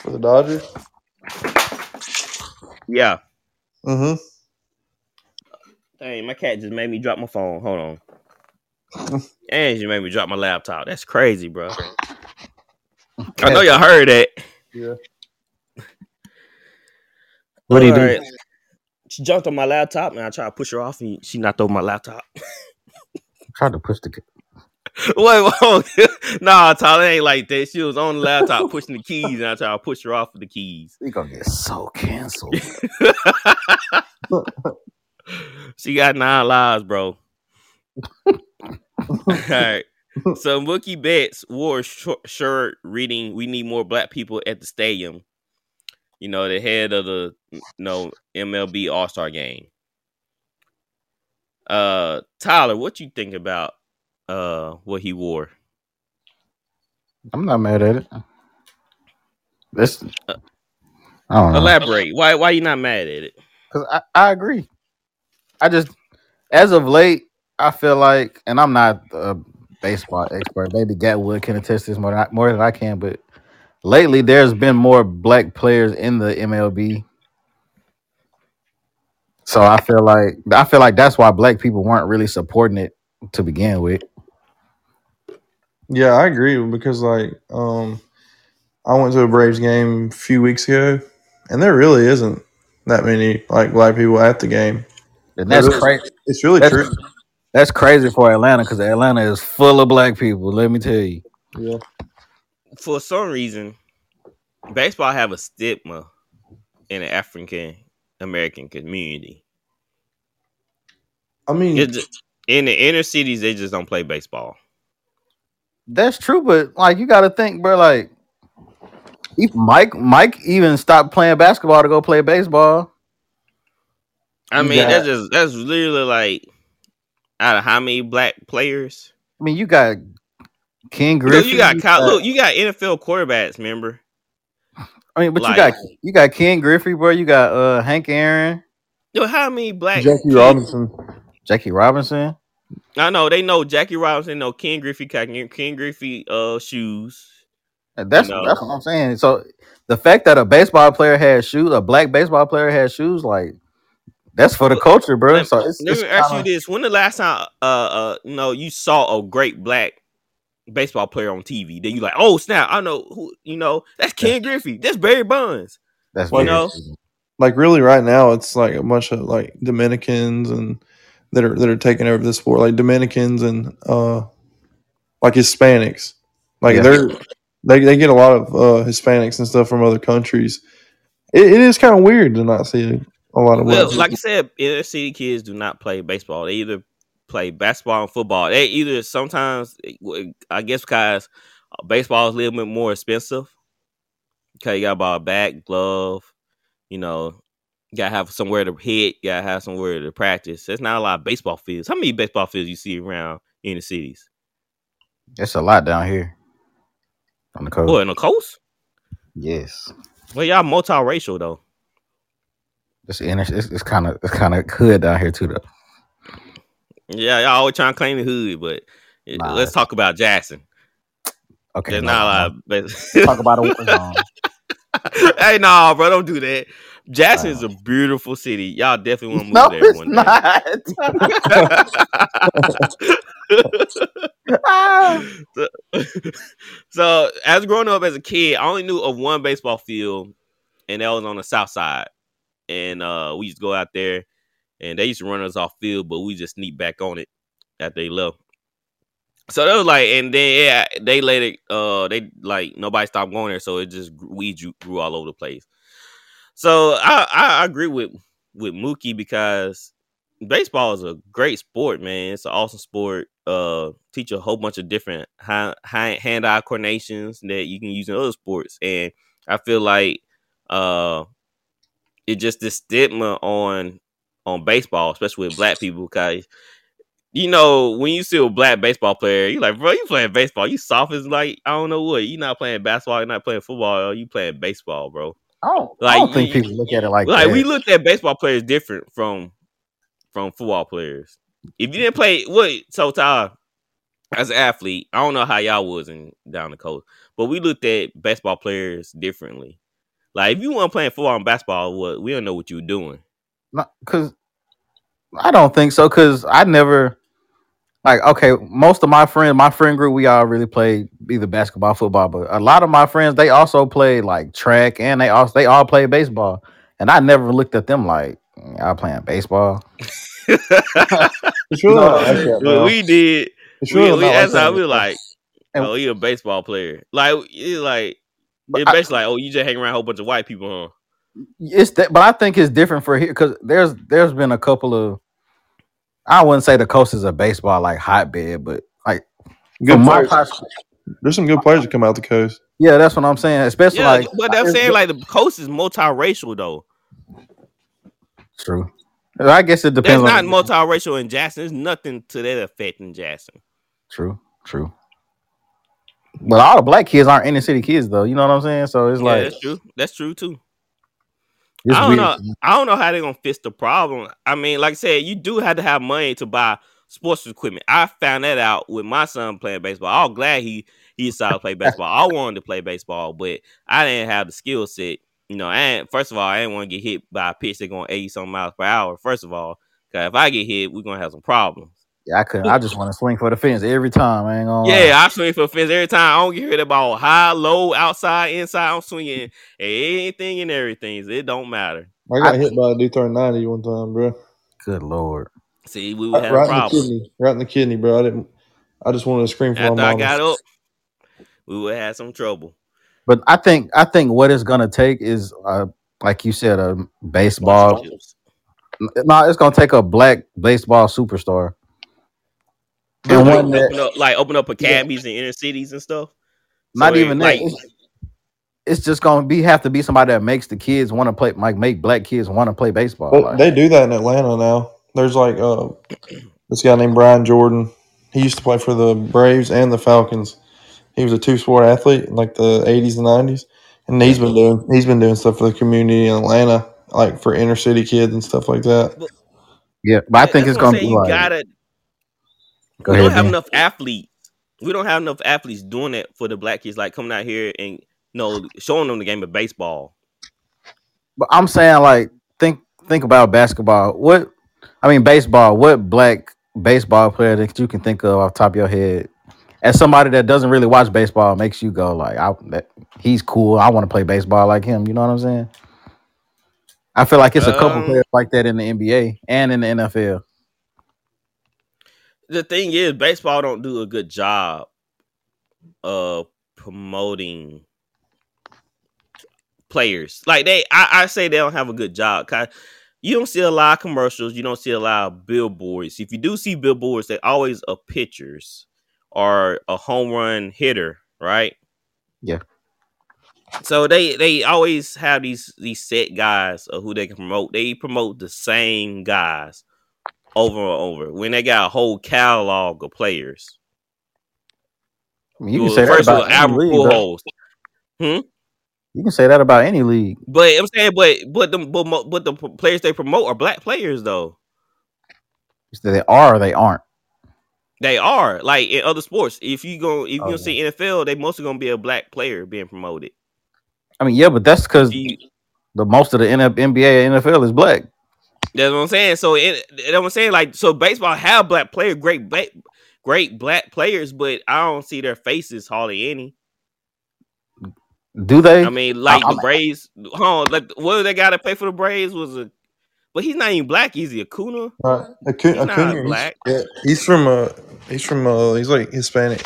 Speaker 4: For the Dodgers.
Speaker 2: Yeah.
Speaker 4: Mm-hmm.
Speaker 2: Dang, my cat just made me drop my phone. Hold on.
Speaker 5: [laughs]
Speaker 2: and you made me drop my laptop. That's crazy, bro. I know y'all heard that.
Speaker 4: Yeah.
Speaker 5: What do you do?
Speaker 2: Alright. She jumped on my laptop and I tried to push her off and she knocked over my laptop. [laughs]
Speaker 5: Tried to push the kid.
Speaker 2: Wait, whoa. [laughs] nah, Tyler it ain't like that. She was on the laptop pushing the keys and I tried to push her off with the keys.
Speaker 5: We gonna get so canceled.
Speaker 2: She got nine lives, bro. [laughs] All right. So Mookie Betts wore a short shirt reading "We need more black people at the stadium." You know, the head of the you know MLB All Star Game. Uh, Tyler, what you think about uh what he wore?
Speaker 5: I'm not mad at it. This I don't know.
Speaker 2: Elaborate. Why? Why you not mad at it?
Speaker 5: Cause I, I agree. I just as of late, I feel like, and I'm not a baseball expert. Maybe Gatwood can attest to this more than I, more than I can, but lately there's been more black players in the MLB. So I feel like I feel like that's why black people weren't really supporting it to begin with.
Speaker 4: Yeah, I agree because like um, I went to a Braves game a few weeks ago, and there really isn't that many like black people at the game.
Speaker 5: And that's
Speaker 4: Really?
Speaker 5: crazy.
Speaker 4: It's really
Speaker 5: That's-
Speaker 4: true.
Speaker 5: That's crazy for Atlanta because Atlanta is full of black people. Let me tell you.
Speaker 4: Yeah.
Speaker 2: For some reason, baseball have a stigma in the African American community.
Speaker 4: I mean,
Speaker 2: It's just- in the inner cities, they just don't play baseball.
Speaker 5: That's true, but like you got to think, bro. Like e- Mike, Mike even stopped playing basketball to go play baseball.
Speaker 2: I
Speaker 4: You
Speaker 2: mean,
Speaker 4: got-
Speaker 2: that's just that's literally like out of how many black players?
Speaker 5: I mean, you got Ken
Speaker 2: Look,
Speaker 5: Griffey.
Speaker 2: you got Kyle, look, you got NFL quarterbacks, remember?
Speaker 5: I mean, but
Speaker 2: like-
Speaker 5: you got you got Ken Griffey, bro. You got uh Hank Aaron,
Speaker 2: Yo, how many black?
Speaker 4: Jackie Robinson.
Speaker 5: Jackie Robinson.
Speaker 2: I know they know Jackie Robinson, know Ken Griffey, Ken Ken Griffey uh shoes.
Speaker 5: That's
Speaker 2: You know.
Speaker 5: that's what I'm saying. So the fact that a baseball player has shoes, a black baseball player has shoes, like that's for the
Speaker 2: Look,
Speaker 5: culture, bro.
Speaker 2: Let,
Speaker 5: So it's,
Speaker 2: let
Speaker 5: it's
Speaker 2: me ask you
Speaker 5: kinda-
Speaker 2: this: When the last time uh uh you know you saw a great black baseball player on TV? Then you like, oh snap! I know who you know. That's Ken Griffey. That's Barry Bonds.
Speaker 5: that's
Speaker 2: you
Speaker 5: weird.
Speaker 2: know,
Speaker 4: Like really, right now, it's like a bunch of like Dominicans and that are that are taking over the sport, like Dominicans and uh, like Hispanics. Like
Speaker 5: Yeah.
Speaker 4: they're they they get a lot of uh, Hispanics and stuff from other countries. It, it is kind of weird to not see a lot of
Speaker 2: Well,
Speaker 4: black
Speaker 2: like I said, inner city kids do not play baseball. They either play basketball and football. They either sometimes, I guess, because baseball is a little bit more expensive. Okay, you got to buy a bat, glove. You know, you gotta have somewhere to hit. You gotta have somewhere to practice. There's not a lot of baseball fields. How many baseball fields you see around inner cities?
Speaker 5: It's a lot down here on the coast.
Speaker 2: What in the coast?
Speaker 5: Yes,
Speaker 2: Well, y'all multiracial though.
Speaker 5: it's inner. It's, it's kind of it's kind of hood down here too, though.
Speaker 2: Yeah, y'all always trying to claim the hood, but it-
Speaker 5: Nah.
Speaker 2: let's talk about Jackson.
Speaker 5: Okay,
Speaker 2: There's
Speaker 5: no,
Speaker 2: not a lot.
Speaker 5: no.
Speaker 2: Of,
Speaker 5: [laughs] talk about a war zone.
Speaker 2: [laughs] hey, nah, bro, don't do that. Jackson is a beautiful city. Y'all definitely want to move
Speaker 5: no,
Speaker 2: there
Speaker 5: it's
Speaker 2: one day.
Speaker 5: not.
Speaker 2: [laughs] so,
Speaker 5: [laughs]
Speaker 2: [laughs] so as growing up as a kid, I only knew of one baseball field, and that was on the south side. And uh, we used to go out there, and they used to run us off field, but we just sneaked back on it after they left. So that was like, and then yeah, they let it. Uh, they like nobody stopped going there, so it just gr- weeds you grew all over the place. So I, I I agree with with Mookie because baseball is a great sport, man. It's an awesome sport. Uh, teach you a whole bunch of different high, high hand-eye coordinations that you can use in other sports, and I feel like uh, it just this stigma on on baseball, especially with black people, because you know when you see a black baseball player, you like, bro, you playing baseball, you soft as like I don't know what. You not playing basketball, you not playing football, you playing baseball, bro
Speaker 5: I don't, I
Speaker 2: Like,
Speaker 5: don't think
Speaker 2: you-
Speaker 5: people look at it like,
Speaker 2: like
Speaker 5: that.
Speaker 2: we looked at baseball players different from from football players. If you didn't play what so Ty as an athlete, I don't know how y'all was in down the coast, but we looked at baseball players differently. Like if you weren't playing football and basketball, what we don't know what you were
Speaker 5: [laughs]
Speaker 2: doing.
Speaker 5: because I don't think so. Because I never like okay. Most of my friend, my friend group, we all really played either basketball, football, but a lot of my friends they also played like track and they also they all played baseball. And I never looked at them like "Mm, y'all playing baseball.
Speaker 4: It's really
Speaker 5: No,
Speaker 4: not like that,
Speaker 2: But
Speaker 4: bro.
Speaker 2: we did.
Speaker 4: It's
Speaker 2: We,
Speaker 4: really
Speaker 2: we,
Speaker 4: not
Speaker 2: that's
Speaker 4: that.
Speaker 2: how we like.
Speaker 5: And-
Speaker 2: oh, he a baseball player. Like it's like
Speaker 5: But
Speaker 2: it's
Speaker 5: I-
Speaker 2: basically like oh, you just hang around a whole bunch of white people, huh?
Speaker 5: It's that, but I think it's different for here because there's there's been a couple of I wouldn't say the coast is a baseball like hotbed, but like
Speaker 4: Good
Speaker 5: from my
Speaker 4: players.
Speaker 5: pers-
Speaker 4: There's some good players that come out the coast.
Speaker 5: yeah, that's what I'm saying. Especially
Speaker 2: Yeah,
Speaker 5: like
Speaker 2: but I'm
Speaker 5: it's-
Speaker 2: saying like the coast is multiracial though.
Speaker 5: True. I guess it
Speaker 2: There's
Speaker 5: depends.
Speaker 2: not
Speaker 5: on,
Speaker 2: multiracial in Jackson. There's nothing to that effect in Jackson.
Speaker 5: True. True. But all the black kids aren't inner city kids though. You know what I'm saying? So it's
Speaker 2: Yeah,
Speaker 5: like
Speaker 2: that's true. That's true too.
Speaker 5: it's
Speaker 2: I don't
Speaker 5: weird.
Speaker 2: know. I don't know how they're gonna fix the problem. I mean, like I said, you do have to have money to buy sports equipment. I found that out with my son playing baseball. I was glad he he decided
Speaker 5: [laughs]
Speaker 2: to play baseball. I wanted to play baseball, but I didn't have the skill set. You know, I ain't, first of all, I didn't want to get hit by a pitch that's gonna eighty some miles per hour. First of all, because if I get hit, we're gonna have some problems.
Speaker 5: Yeah, I couldn't. I just want to swing for the fence every time. I ain't gonna. lie.
Speaker 2: Yeah, I swing for the fence every time. I don't get rid of ball high, low, outside, inside. I'm swinging anything and everything. It don't matter.
Speaker 4: I got
Speaker 5: I-
Speaker 4: hit by a D throwing ninety one time, bro.
Speaker 5: Good lord.
Speaker 2: See, we
Speaker 5: Uh,
Speaker 4: Right,
Speaker 2: had
Speaker 4: right
Speaker 2: a
Speaker 4: in the
Speaker 2: problem.
Speaker 4: kidney, right in the kidney, bro. I didn't. I just wanted to scream for
Speaker 2: After
Speaker 4: my
Speaker 2: I
Speaker 4: mom.
Speaker 2: got up, we would have some trouble.
Speaker 5: But I think I think what it's gonna take is uh like you said a baseball.
Speaker 2: Sponsorships.
Speaker 5: No, it's gonna take a black baseball superstar.
Speaker 4: Yeah,
Speaker 5: And
Speaker 2: Like
Speaker 5: one
Speaker 2: open,
Speaker 5: that
Speaker 2: up, like open
Speaker 5: [laughs]
Speaker 2: up academies in inner cities and stuff.
Speaker 5: not
Speaker 2: so it-
Speaker 5: even that.
Speaker 2: like-
Speaker 5: it's, it's just gonna be have to be somebody that makes the kids want to play like make black kids want to play baseball.
Speaker 4: But
Speaker 5: like-
Speaker 4: they do that in Atlanta now. There's like uh, this guy named Brian Jordan. He used to play for the Braves and the Falcons. He was a two sport athlete in like the '80s and '90s, and he's been doing he's been doing stuff for the community in Atlanta, like for inner city kids and stuff like that.
Speaker 5: yeah, but I think
Speaker 2: That's what
Speaker 5: it's
Speaker 2: I'm
Speaker 5: gonna be
Speaker 2: saying. You
Speaker 5: like.
Speaker 2: gotta.
Speaker 5: go
Speaker 2: we
Speaker 5: ahead,
Speaker 2: don't have
Speaker 5: Ben.
Speaker 2: enough athletes. We don't have enough athletes doing that for the black kids, like coming out here and you know, showing them the game of baseball.
Speaker 5: But I'm saying like think think about basketball. What I mean baseball, what black baseball player that you can think of off the top of your head as somebody that doesn't really watch baseball makes you go like I that he's cool. I want to play baseball like him. You know what I'm saying? I feel like it's a couple
Speaker 2: Um,
Speaker 5: players like that in the NBA and in the NFL.
Speaker 2: the thing is baseball don't do a good job of promoting players like they I, I say they don't have a good job 'cause you don't see a lot of commercials you don't see a lot of billboards if you do see billboards they always are pitchers or a home run hitter right
Speaker 5: Yeah.
Speaker 2: so they they always have these these set guys of who they can promote they promote the same guys over and over when they got a whole catalog of players.
Speaker 5: I mean, you can
Speaker 2: Well,
Speaker 5: say that
Speaker 2: first
Speaker 5: about
Speaker 2: was Albert
Speaker 5: any league. bro.
Speaker 2: Pujols,
Speaker 5: You can say that about any league.
Speaker 2: but I'm saying, but but the but, mo- but the p- players they promote are black players though.
Speaker 5: It's that they are or they aren't.
Speaker 2: They are like in other sports. If you go, if you
Speaker 5: Oh, yeah.
Speaker 2: gonna see NFL, they mostly gonna be a black player being promoted.
Speaker 5: I mean, yeah, but that's because
Speaker 2: You-
Speaker 5: the most of the N- NBA and NFL is black.
Speaker 2: That's what I'm saying. So it, that's what I'm saying. Like so, baseball have black player, great black, great black players, but I don't see their faces hardly any.
Speaker 5: Do [laughs] they?
Speaker 2: I mean, like
Speaker 5: I'm-
Speaker 2: the Braves, hold on, like what they got to pay for the Braves was a, but he's not even black. He's a Acuna.
Speaker 4: Uh, Acu-
Speaker 2: He's not
Speaker 4: Acuna, he's-
Speaker 2: black.
Speaker 4: yeah, he's from uh he's from uh he's like Hispanic.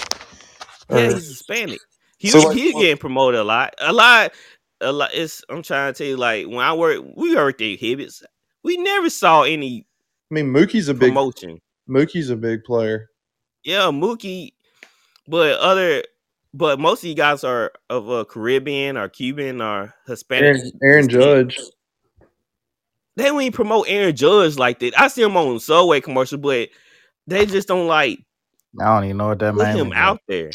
Speaker 2: Yeah,
Speaker 4: Or-
Speaker 2: he's Hispanic. He
Speaker 4: So,
Speaker 2: was
Speaker 4: like, uh,
Speaker 2: he's
Speaker 4: what-
Speaker 2: getting promoted a lot, a lot, a lot. It's I'm trying to tell you, like when I work, we worked at Hibbits, we never saw any
Speaker 4: I mean Mookie's a big
Speaker 2: promotion.
Speaker 4: Mookie's a big player.
Speaker 2: Yeah, Mookie, but other, but most of you guys are of uh, Caribbean or Cuban or Hispanic.
Speaker 4: Aaron, Aaron Judge.
Speaker 2: They don't even promote Aaron Judge like that. I see him on Subway commercial, but they just don't like
Speaker 5: I don't even know what that
Speaker 2: put
Speaker 5: man.
Speaker 2: him
Speaker 5: look
Speaker 2: out there.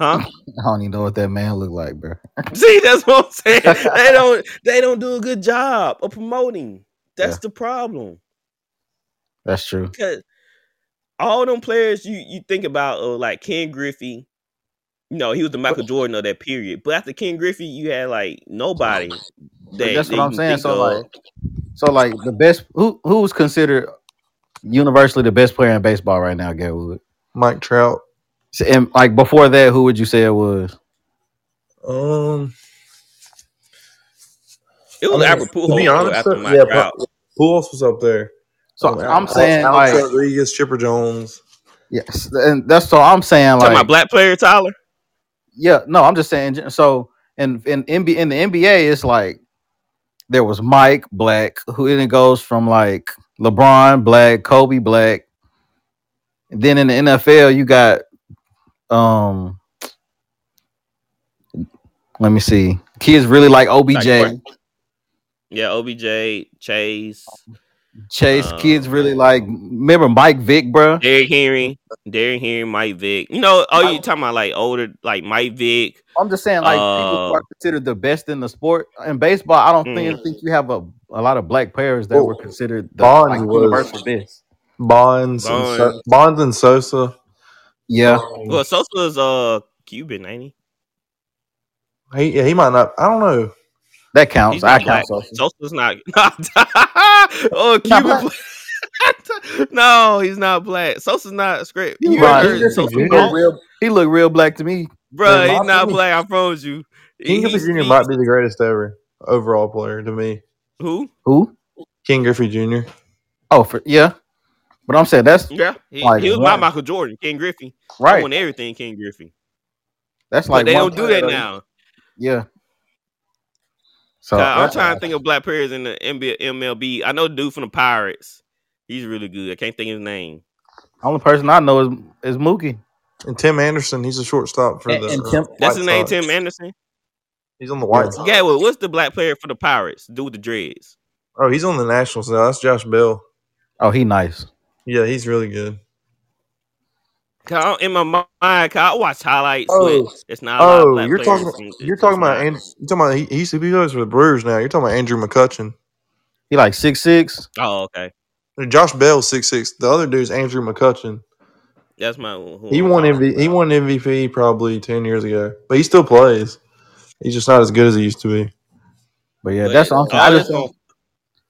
Speaker 2: Huh?
Speaker 5: like. I don't even know what that man look like, bro.
Speaker 2: [laughs] See, that's what I'm saying.
Speaker 5: [laughs]
Speaker 2: They don't they don't do a good job of promoting. That's
Speaker 5: Yeah.
Speaker 2: the problem.
Speaker 5: That's true.
Speaker 2: Cause all them players you you think about uh, like Ken Griffey. You know, he was the Michael Jordan of that period. But after Ken Griffey, you had like nobody.
Speaker 5: But
Speaker 2: That,
Speaker 5: that's
Speaker 2: that
Speaker 5: what I'm
Speaker 2: you
Speaker 5: saying.
Speaker 2: think
Speaker 5: So
Speaker 2: of.
Speaker 5: like, so like the best who who's considered universally the best player in baseball right now, Gary Wood.
Speaker 4: Mike Trout.
Speaker 5: So, and like before that, who would you say it was?
Speaker 4: Um
Speaker 2: it was
Speaker 4: I mean,
Speaker 2: Albert
Speaker 4: to be
Speaker 2: Pujols though,
Speaker 4: honest,
Speaker 2: after
Speaker 4: though,
Speaker 2: my
Speaker 4: yeah, but-
Speaker 2: drought.
Speaker 4: who else was up there?
Speaker 5: So
Speaker 4: Um,
Speaker 5: I'm
Speaker 4: Alex-
Speaker 5: saying
Speaker 4: Alex
Speaker 5: like
Speaker 4: Rodriguez, Chipper Jones.
Speaker 5: yes, and that's so I'm saying
Speaker 2: Talking about
Speaker 5: like
Speaker 2: black player Tyler.
Speaker 5: yeah, no, I'm just saying so. In in NBA in the NBA, it's like there was Mike Black, who then it goes from like LeBron Black, Kobe Black. Then in the NFL, you got um let me see. Kids really like OBJ.
Speaker 2: Like, Yeah, OBJ, Chase,
Speaker 5: Chase
Speaker 2: Uh,
Speaker 5: kids really like remember Mike Vick, bro?
Speaker 2: Derrick Henry, Derrick Henry, Mike Vick. You know, oh, you talking about like older, like Mike Vick.
Speaker 5: I'm just saying, like people who
Speaker 2: Uh,
Speaker 5: are considered the best in the sport in baseball. I don't think
Speaker 2: Mm.
Speaker 5: think you have a, a lot of black players that
Speaker 4: Well,
Speaker 5: were considered the
Speaker 4: Bonds
Speaker 5: like,
Speaker 4: was-
Speaker 5: universal best.
Speaker 4: Bonds, And so-
Speaker 2: Bonds.
Speaker 4: Bonds and Sosa.
Speaker 5: Yeah,
Speaker 4: Um,
Speaker 2: Well, Sosa's uh Cuban, ain't he?
Speaker 4: he, yeah, he might not. I don't know.
Speaker 5: that counts.
Speaker 2: He's
Speaker 5: I
Speaker 2: not
Speaker 5: count. Sosa.
Speaker 2: Sosa's not. [laughs] oh,
Speaker 5: He's not
Speaker 2: Cuban. player. [laughs] no, he's not black. Sosa's not script.
Speaker 5: You
Speaker 2: You
Speaker 5: right.
Speaker 2: heard
Speaker 4: He's just a
Speaker 2: Sosa,
Speaker 5: He
Speaker 4: junior.
Speaker 5: look
Speaker 2: bro?
Speaker 5: real. He look real black to me.
Speaker 2: Bruh,
Speaker 4: Man,
Speaker 2: he's not
Speaker 4: Bobby-
Speaker 2: black. I promise you.
Speaker 4: King Griffey
Speaker 2: He's-
Speaker 4: Jr.
Speaker 2: he's-
Speaker 4: might be the greatest ever overall player to me.
Speaker 2: who?
Speaker 5: Who?
Speaker 4: King Griffey Jr.
Speaker 5: Oh, for yeah. But I'm saying that's
Speaker 2: Yeah, he,
Speaker 5: Like,
Speaker 2: he was my
Speaker 5: right.
Speaker 2: Michael Jordan, King Griffey. I
Speaker 5: right.
Speaker 2: won everything, King Griffey.
Speaker 5: That's
Speaker 2: But
Speaker 5: like
Speaker 2: they
Speaker 5: one
Speaker 2: don't do
Speaker 5: player
Speaker 2: that
Speaker 5: that-
Speaker 2: now.
Speaker 5: Yeah. So
Speaker 2: Nah, I'm
Speaker 5: that's-
Speaker 2: trying to think of black players in the NBA, MLB. I know the dude from the Pirates. He's really good. I can't think of his name.
Speaker 5: only person I know is is Mookie.
Speaker 4: And Tim Anderson, he's a shortstop for
Speaker 5: And-
Speaker 4: the.
Speaker 5: and Tim-
Speaker 4: White
Speaker 2: That's his name,
Speaker 4: Sox.
Speaker 2: Tim Anderson.
Speaker 4: He's on the White Sox.
Speaker 2: Yeah, well, what's the black player for the Pirates? Dude with the dreads.
Speaker 4: Oh, he's on the Nationals now. That's Josh Bell.
Speaker 5: Oh, he nice.
Speaker 4: Yeah, he's really good.
Speaker 2: 'Cause I- in my mind, 'cause I watch highlights,
Speaker 4: Oh.
Speaker 2: but it's not. A lot of
Speaker 4: Oh,
Speaker 2: black
Speaker 4: you're
Speaker 2: players
Speaker 4: talking.
Speaker 2: in- it's
Speaker 4: You're talking about.
Speaker 2: not.
Speaker 4: And, you're talking about. He, he's he goes for the Brewers now. You're talking about Andrew McCutcheon.
Speaker 5: He like six six.
Speaker 2: Oh, okay.
Speaker 4: Josh Bell six six. The other dude's Andrew McCutcheon.
Speaker 2: That's my. Who
Speaker 4: He
Speaker 2: I'm
Speaker 4: won
Speaker 2: talking
Speaker 4: MVP. He
Speaker 2: about.
Speaker 4: won MVP probably ten years ago, but he still plays. He's just not as good as he used to be.
Speaker 5: But yeah,
Speaker 2: But
Speaker 5: that's what I'm saying.
Speaker 2: all
Speaker 5: I
Speaker 2: this
Speaker 5: just don't,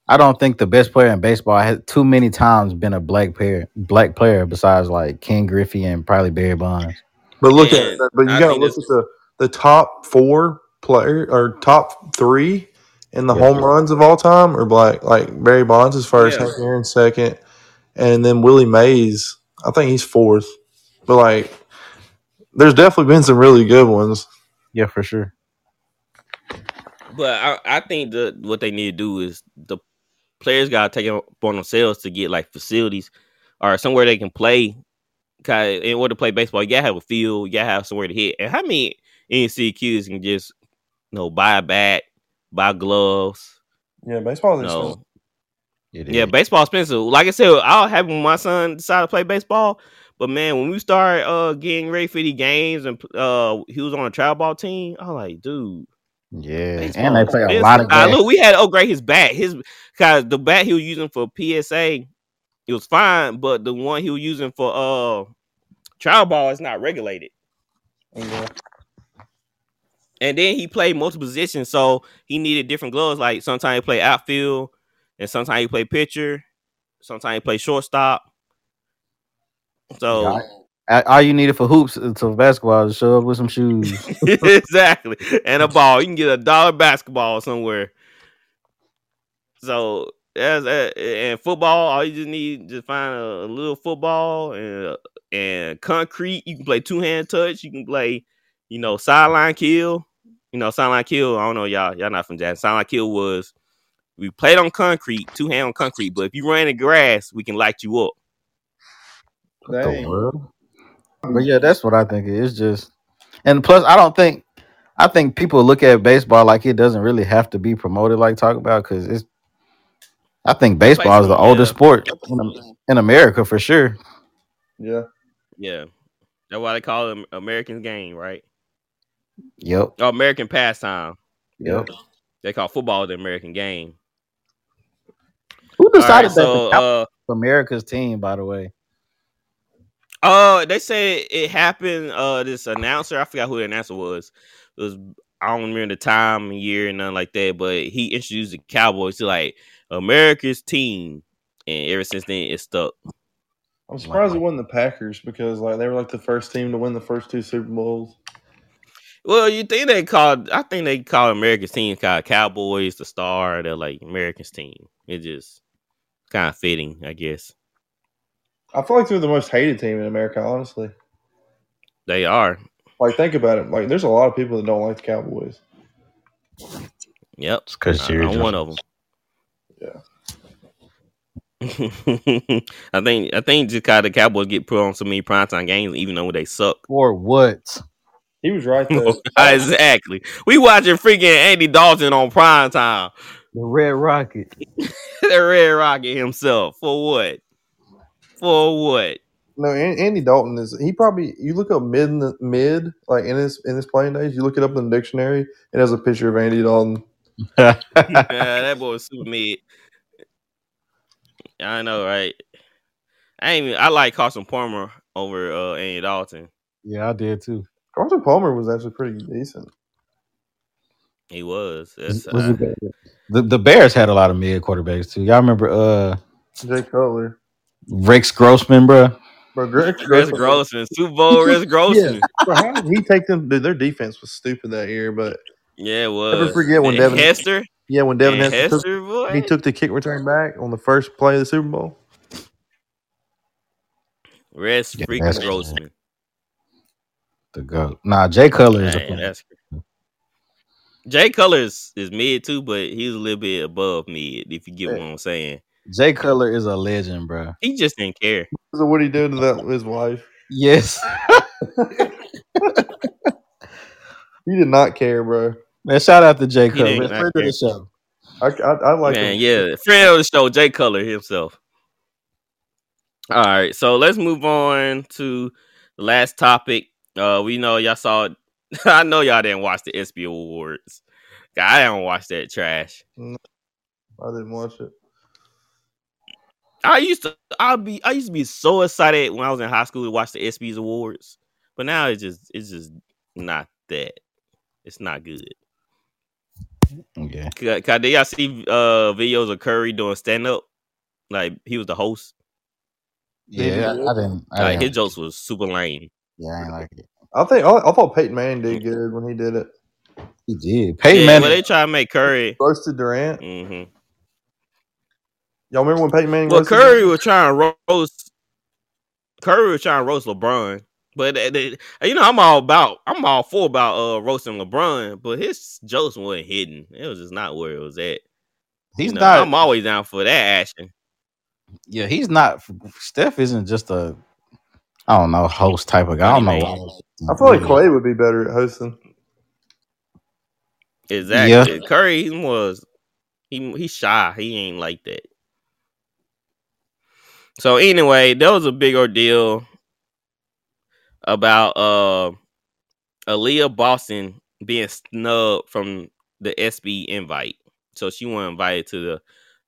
Speaker 5: I don't think the best player in baseball has too many times been a black player black player besides like Ken Griffey and probably Barry Bonds.
Speaker 4: But look
Speaker 2: And
Speaker 4: at that. But you
Speaker 2: I
Speaker 4: got to
Speaker 2: think
Speaker 4: look at the the top four player or top three in the
Speaker 5: Yeah.
Speaker 4: home runs of all time are black. Like Barry Bonds is first,
Speaker 2: Yeah.
Speaker 4: Hank Aaron second, and then Willie Mays. I think he's fourth. But like, there's definitely been some really good ones.
Speaker 5: Yeah, for sure.
Speaker 2: But I, I think the what they need to do is the players got to take it upon themselves to get like facilities or somewhere they can play. 'Cause in order to play baseball, you gotta have a field, you gotta have somewhere to hit. And how many NCQs can just you know buy a bat, buy gloves?
Speaker 4: Yeah, baseball
Speaker 2: You know,
Speaker 5: It
Speaker 2: yeah,
Speaker 5: is.
Speaker 2: baseball expensive. Like I said, I'll have my son decide to play baseball, But man, when we started uh, getting ready for the games and uh, he was on a travel ball team, I was like, dude,
Speaker 5: Yeah,
Speaker 2: Baseball
Speaker 5: and they
Speaker 2: is
Speaker 5: play a
Speaker 2: business.
Speaker 5: lot of
Speaker 2: Nah,
Speaker 5: games.
Speaker 2: look, we had to upgrade his bat. His cause the bat he was using for PSA, it was fine, but the one he was using for uh trial ball is not regulated.
Speaker 4: Yeah.
Speaker 2: And then he played multiple positions, so he needed different gloves. Like sometimes he play outfield, and sometimes he play pitcher, sometimes he play shortstop. So
Speaker 5: Yeah, I- all you needed for hoops to basketball is show up with some [laughs] shoes.
Speaker 2: [laughs] exactly. And a ball. You can get a dollar basketball somewhere. So that's uh, and football. All you just need to find a, a little football and and concrete. You can play two hand touch. You can play, you know, sideline kill. You know, sideline kill. I don't know y'all. Y'all not from Jackson. Sideline kill was we played on concrete, two hand on concrete. But if you ran the grass, we can light you up.
Speaker 5: the
Speaker 4: Dang.
Speaker 5: world. But yeah, that's what I think. it is. It's just, and plus, I don't think, I think people look at baseball like it doesn't really have to be promoted, like talk about, because it's. I think baseball is the
Speaker 2: Baseball,
Speaker 5: oldest
Speaker 2: yeah.
Speaker 5: sport in, in America for sure.
Speaker 4: Yeah.
Speaker 2: Yeah, that's why they call it American game, right?
Speaker 5: Yep.
Speaker 2: Or American pastime.
Speaker 5: Yep.
Speaker 2: They call football the American game.
Speaker 5: Who
Speaker 2: All right,
Speaker 5: decided
Speaker 2: so
Speaker 5: that? the
Speaker 2: uh,
Speaker 5: America's team, by the way.
Speaker 2: uh, they said it happened. Uh, this announcer, I forgot who the announcer was. It was I don't remember the time, year, and nothing like that. But he introduced the Cowboys to like America's team, and ever since then it stuck.
Speaker 4: I'm surprised it wasn't the Packers because like they were like the first team to win the first two Super Bowls.
Speaker 2: Well, you think they called? I think they call America's team called Cowboys the Star. They're like America's team. It just kind of fitting, I guess.
Speaker 4: I feel like they're the most hated team in America, honestly.
Speaker 2: They are.
Speaker 4: Like think about it. Like there's a lot of people that don't like the Cowboys.
Speaker 2: Yep.
Speaker 5: It's because
Speaker 2: I- I'm one of them.
Speaker 4: Yeah.
Speaker 2: [laughs] I think I think just kind of the Cowboys get put on so many primetime games, even though they suck.
Speaker 5: [laughs]
Speaker 2: [laughs]
Speaker 5: Or what?
Speaker 4: He was right [laughs] though.
Speaker 2: exactly. We watching freaking Andy Dalton on primetime. [laughs]
Speaker 5: The Red Rocket.
Speaker 2: the Red Rocket himself. For what? For what?
Speaker 4: no, An- Andy Dalton is. He probably you look up mid in the, mid like in his in his playing days. You look it up in the dictionary. It has a picture of Andy Dalton.
Speaker 2: Uh, that boy was super mid. I know, right? I ain't even, I like Carson Palmer over uh, Andy Dalton.
Speaker 5: yeah, I did too.
Speaker 4: Carson Palmer was actually pretty decent.
Speaker 2: He was. That's,
Speaker 5: Was-
Speaker 2: uh,
Speaker 5: was it the, the, the Bears had a lot of mid quarterbacks too. Y'all remember uh
Speaker 4: Jake Cutler,
Speaker 5: Rex Grossman, bro?
Speaker 4: but Greg [laughs]
Speaker 2: Chris Grossman, Super Bowl
Speaker 5: [laughs]
Speaker 2: Chris Grossman.
Speaker 4: Bro, how did he take them? Dude, their defense was stupid that year. But
Speaker 2: Yeah, it was.
Speaker 4: Never forget when
Speaker 2: And
Speaker 4: Devin-
Speaker 2: Hester.
Speaker 4: yeah, when
Speaker 2: Devin
Speaker 4: Devin Hester took,
Speaker 2: Hester, boy.
Speaker 4: he took the kick return back on the first play of the Super Bowl.
Speaker 2: Rest
Speaker 5: Yeah,
Speaker 2: freaking
Speaker 5: that's-
Speaker 2: Grossman.
Speaker 5: The goat. Nah, Jay Cutler is
Speaker 2: Dang,
Speaker 5: a
Speaker 2: that's Jay Cutler is, is mid too, but he's a little bit above mid, if you get what I'm saying.
Speaker 5: Jay Cutler is a legend, bro.
Speaker 2: He just didn't care.
Speaker 4: So what he did to that his wife?
Speaker 5: Yes.
Speaker 4: He did not care, bro.
Speaker 5: Man, shout out to Jay
Speaker 2: He did
Speaker 5: Cutler.
Speaker 2: not
Speaker 5: Friend of
Speaker 2: care.
Speaker 5: the show.
Speaker 4: I, I, I like
Speaker 2: Man,
Speaker 4: him.
Speaker 2: yeah. Friend of the show, Jay Cutler himself. All right, so let's move on to the last topic. Uh we know y'all saw [laughs] I know y'all didn't watch the SBO Awards. God, I didn't watch that trash.
Speaker 4: I didn't watch it.
Speaker 2: I used to I be I used to be so excited when I was in high school to watch the SB's awards. But now it's just it's just not that. It's not good.
Speaker 5: Yeah.
Speaker 2: Ca- ca- Did y'all see uh videos of Curry doing stand up? Like he was the host.
Speaker 5: Yeah, I didn't. I
Speaker 2: Like his
Speaker 5: didn't
Speaker 2: jokes was super lame.
Speaker 5: yeah, I ain't like it.
Speaker 4: I think I, I thought Peyton Manning did good when he did it.
Speaker 5: He did. Peyton
Speaker 2: yeah,
Speaker 5: Manning.
Speaker 2: Well, they try to make Curry.
Speaker 4: Roasted Durant.
Speaker 2: hmm
Speaker 4: Y'all remember when Peyton Manning?
Speaker 2: Well,
Speaker 4: roasted
Speaker 2: Curry
Speaker 4: Durant?
Speaker 2: was trying to roast. Curry was trying to roast LeBron, but they- they- you know I'm all about I'm all for about uh roasting LeBron, but his jokes weren't hidden. It was just not where it was at.
Speaker 5: he's
Speaker 2: You know,
Speaker 5: not.
Speaker 2: I'm always down for that action.
Speaker 5: yeah, he's not. Steph isn't just a. I don't know host type of guy. I don't know. Why.
Speaker 4: I feel like Clay would be better at hosting.
Speaker 2: Exactly. Curry, he was he he's shy. He ain't like that. So anyway, that was a big ordeal. about uh Aaliyah Boston being snubbed from the SB invite. So she wasn't invited to the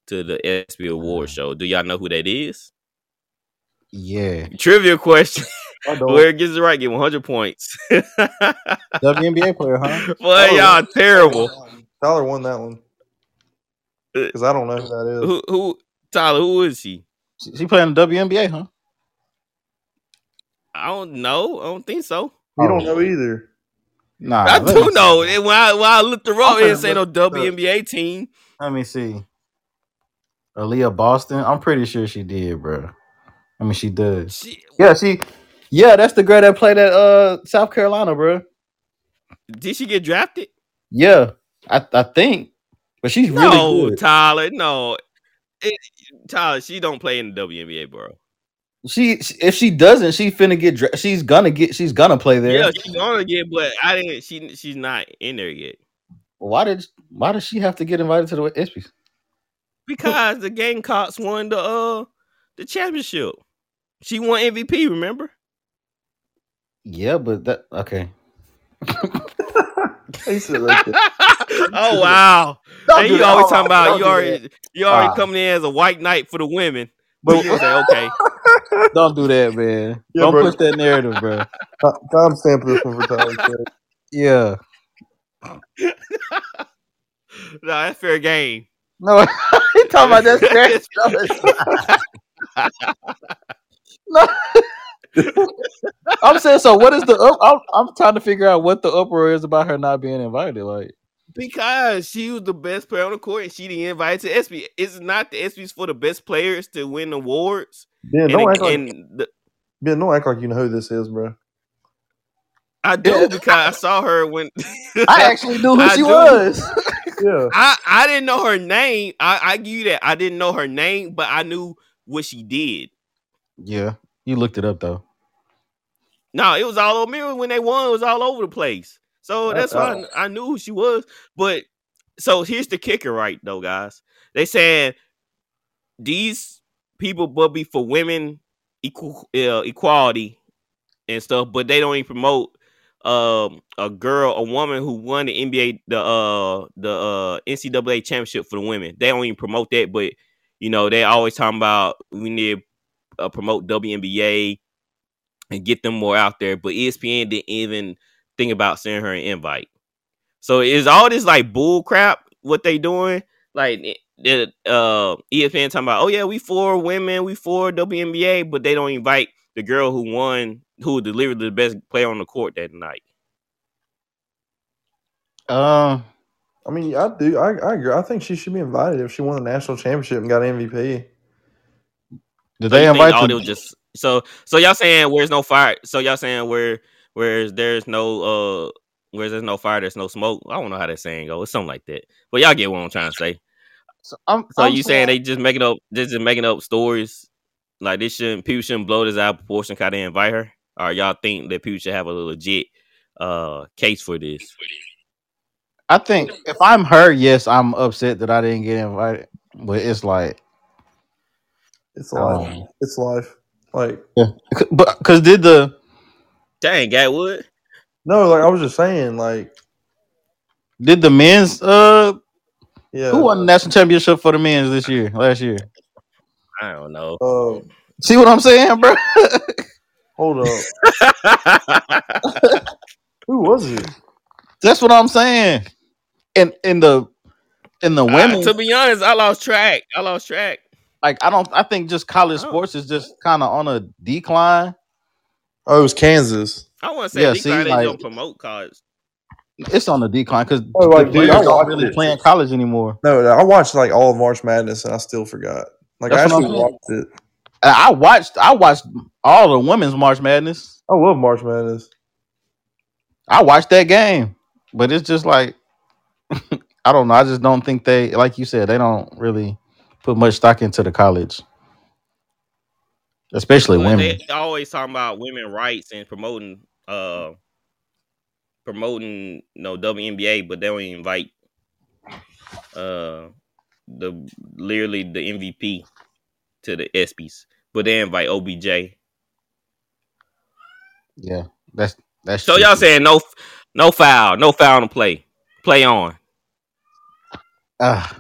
Speaker 2: to the SB
Speaker 5: Mm.
Speaker 2: award show. Do y'all know who that is?
Speaker 5: Yeah.
Speaker 2: Trivia question.
Speaker 4: I
Speaker 2: [laughs] Where it gets it right, get 100 points. [laughs] Boy,
Speaker 5: WNBA player, huh?
Speaker 2: y'all terrible. Uh,
Speaker 4: Tyler won that one because I don't know who that is.
Speaker 2: Who who Tyler, who is she?
Speaker 5: She, she playing the WNBA, huh?
Speaker 2: I don't know. I don't think so.
Speaker 4: You don't know either.
Speaker 5: Nah.
Speaker 2: I
Speaker 5: let
Speaker 2: do
Speaker 5: me
Speaker 2: know.
Speaker 5: see.
Speaker 2: And when I when I looked her up, it didn't say no
Speaker 4: I'm gonna look
Speaker 2: WNBA team.
Speaker 5: Let me see. Aaliyah Boston. I'm pretty sure she did, bro. I mean, she does.
Speaker 2: She,
Speaker 5: Yeah, she. Yeah, that's the girl that played at uh South Carolina, bro.
Speaker 2: did she get drafted?
Speaker 5: Yeah, I I think, but she's
Speaker 2: No,
Speaker 5: really good.
Speaker 2: Tyler, no. It, Tyler, she don't play in the WNBA, bro.
Speaker 5: She if she doesn't, she finna get. Dra- she's gonna get. She's gonna play there.
Speaker 2: Yeah, she's gonna get, but I didn't. She she's not in there yet
Speaker 5: Why did Why does she have to get invited to the ESPYS?
Speaker 2: because the Gamecocks won the uh the championship. She won MVP. Remember? [laughs]
Speaker 5: Yeah, but that okay.
Speaker 4: He said that shit.
Speaker 2: oh wow!
Speaker 5: [laughs] Don't
Speaker 2: Hey,
Speaker 5: do
Speaker 2: you
Speaker 5: that.
Speaker 2: always
Speaker 5: Hold on.
Speaker 2: talking about
Speaker 5: Don't
Speaker 2: you
Speaker 5: do
Speaker 2: already you already
Speaker 5: Ah.
Speaker 2: coming in as a white knight for the women. But
Speaker 5: But-
Speaker 2: you say okay.
Speaker 5: Don't do that, man.
Speaker 4: Yeah,
Speaker 5: Don't
Speaker 4: bro.
Speaker 5: push that narrative, bro.
Speaker 4: Ti- Time stamp this one for Tyler. Perry.
Speaker 5: Yeah.
Speaker 2: no, that's fair game.
Speaker 5: No, [laughs] he talking about that serious. no. I'm saying so. What is the? Up, I'm, I'm trying to figure out what the uproar is about her not being invited. Like,
Speaker 2: [laughs] Because she was the best player on the court and she didn't invite to SB. It's not the SBs for the best players to win awards.
Speaker 4: Ben,
Speaker 2: and
Speaker 4: don't act like
Speaker 2: and the,
Speaker 4: Ben, don't act like you know who this is, bro.
Speaker 2: I do
Speaker 5: [laughs]
Speaker 2: because I saw her when [laughs]
Speaker 5: I actually knew who
Speaker 2: I
Speaker 5: she
Speaker 2: do.
Speaker 5: was.
Speaker 4: Yeah,
Speaker 2: I, I didn't know her name. I, I give you that. I didn't know her name, but I knew what she did.
Speaker 5: Yeah, you looked it up though.
Speaker 2: No, it was all over me when they won. It was all over the place. So that's why I kn- I, knew who she was. But so here's the kicker, right though, guys. They saying these people will be for women equal uh, equality and stuff, but they don't even promote um a girl, a woman who won the NBA the uh the uh NCAA championship for the women. They don't even promote that, but you know they always talking about we need to uh, promote WNBA and get them more out there. But E ESPN didn't even think about sending her an invite. So is all this like bull crap what they doing? Like eh, the uh, ESPN talking about, oh yeah, we for women, we for WNBA, but they don't invite the girl who won, who delivered the best player on the court that night.
Speaker 5: Um,
Speaker 4: I mean, I do. I, I agree. I think she should be invited if she won the national championship and got MVP.
Speaker 5: did
Speaker 2: So
Speaker 5: they
Speaker 2: you think
Speaker 5: invite?
Speaker 2: all
Speaker 5: the-
Speaker 2: they was just so so y'all saying where's no fire? So y'all saying where where's there's no uh where's there's no fire, there's no smoke. I don't know how that saying go. It's something like that. But y'all get what I'm trying to say.
Speaker 5: so I'm,
Speaker 2: So
Speaker 5: I'm
Speaker 2: you saying they just making up, they just making up stories? Like this shouldn't people shouldn't blow this out of proportion? Kind of invite her, or y'all think that people should have a legit uh case for this?
Speaker 5: I think if I'm her, yes, I'm upset that I didn't get invited. But it's like,
Speaker 4: It's life.
Speaker 5: Um.
Speaker 4: It's life. Like
Speaker 5: c- but because did the
Speaker 2: Dang, Gatwood.
Speaker 4: no, like I was just saying, like
Speaker 5: did the men's uh
Speaker 4: yeah.
Speaker 5: who won the national championship for the men's this year? Last year,
Speaker 2: I don't know. [laughs]
Speaker 4: Uh,
Speaker 5: see what I'm saying, bro?
Speaker 4: hold up. Who was it?
Speaker 5: That's what I'm saying. And in the in the
Speaker 2: Women.
Speaker 5: women,
Speaker 2: Uh, to be honest, I lost track. I lost track.
Speaker 5: like I don't, I think just college
Speaker 2: I don't-
Speaker 5: sports is just kind of on a decline.
Speaker 4: Oh, it was Kansas.
Speaker 2: I want to say
Speaker 5: Yeah,
Speaker 2: at least
Speaker 5: see,
Speaker 2: they
Speaker 5: like-
Speaker 2: don't promote college.
Speaker 5: It's on a decline because
Speaker 4: Oh, like, dude, I
Speaker 5: aren't
Speaker 4: watched
Speaker 5: really
Speaker 4: it.
Speaker 5: playing college anymore.
Speaker 4: No, no, I watched like all of March Madness and I still forgot. Like
Speaker 5: That's
Speaker 4: I
Speaker 5: what
Speaker 4: actually
Speaker 5: I'm-
Speaker 4: watched it.
Speaker 5: And I watched, I watched all the women's March Madness.
Speaker 4: I love March Madness.
Speaker 5: I watched that game, but it's just like [laughs] I don't know. I just don't think they, like you said, they don't really put much stock into the college, especially
Speaker 2: But
Speaker 5: women.
Speaker 2: They always talking about women rights and promoting uh promoting you know WNBA, but they don't even invite uh the literally the MVP to the ESPYS, but they invite OBJ.
Speaker 5: Yeah, that's that's.
Speaker 2: So y'all
Speaker 5: cheating.
Speaker 2: saying no, no foul, no foul to play, play on. [laughs]
Speaker 5: Ah,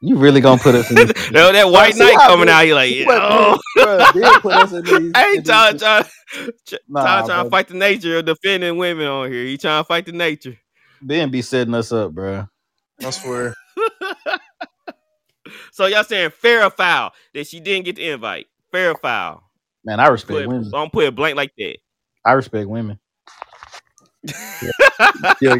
Speaker 5: you really gonna put
Speaker 2: [laughs]
Speaker 5: us in? This, [laughs]
Speaker 2: No, that white
Speaker 3: see,
Speaker 2: knight
Speaker 3: I
Speaker 2: coming
Speaker 3: mean,
Speaker 2: out, you like,
Speaker 3: He
Speaker 2: yeah,
Speaker 3: went-
Speaker 2: oh.
Speaker 3: bruh, did put us in
Speaker 4: [laughs]
Speaker 3: these-
Speaker 2: I ain't
Speaker 3: in
Speaker 2: trying, [laughs]
Speaker 3: these-
Speaker 2: trying, trying
Speaker 5: Nah, bro.
Speaker 2: to fight the nature of defending women on here. You trying to fight the nature.
Speaker 5: Ben be setting us up, bro.
Speaker 4: I swear.
Speaker 2: So y'all saying fair or foul that she didn't get the invite? Fair or foul?
Speaker 5: Man, I
Speaker 2: Put,
Speaker 5: respect women.
Speaker 2: don't put it blank like that.
Speaker 5: I respect women.
Speaker 4: Yeah,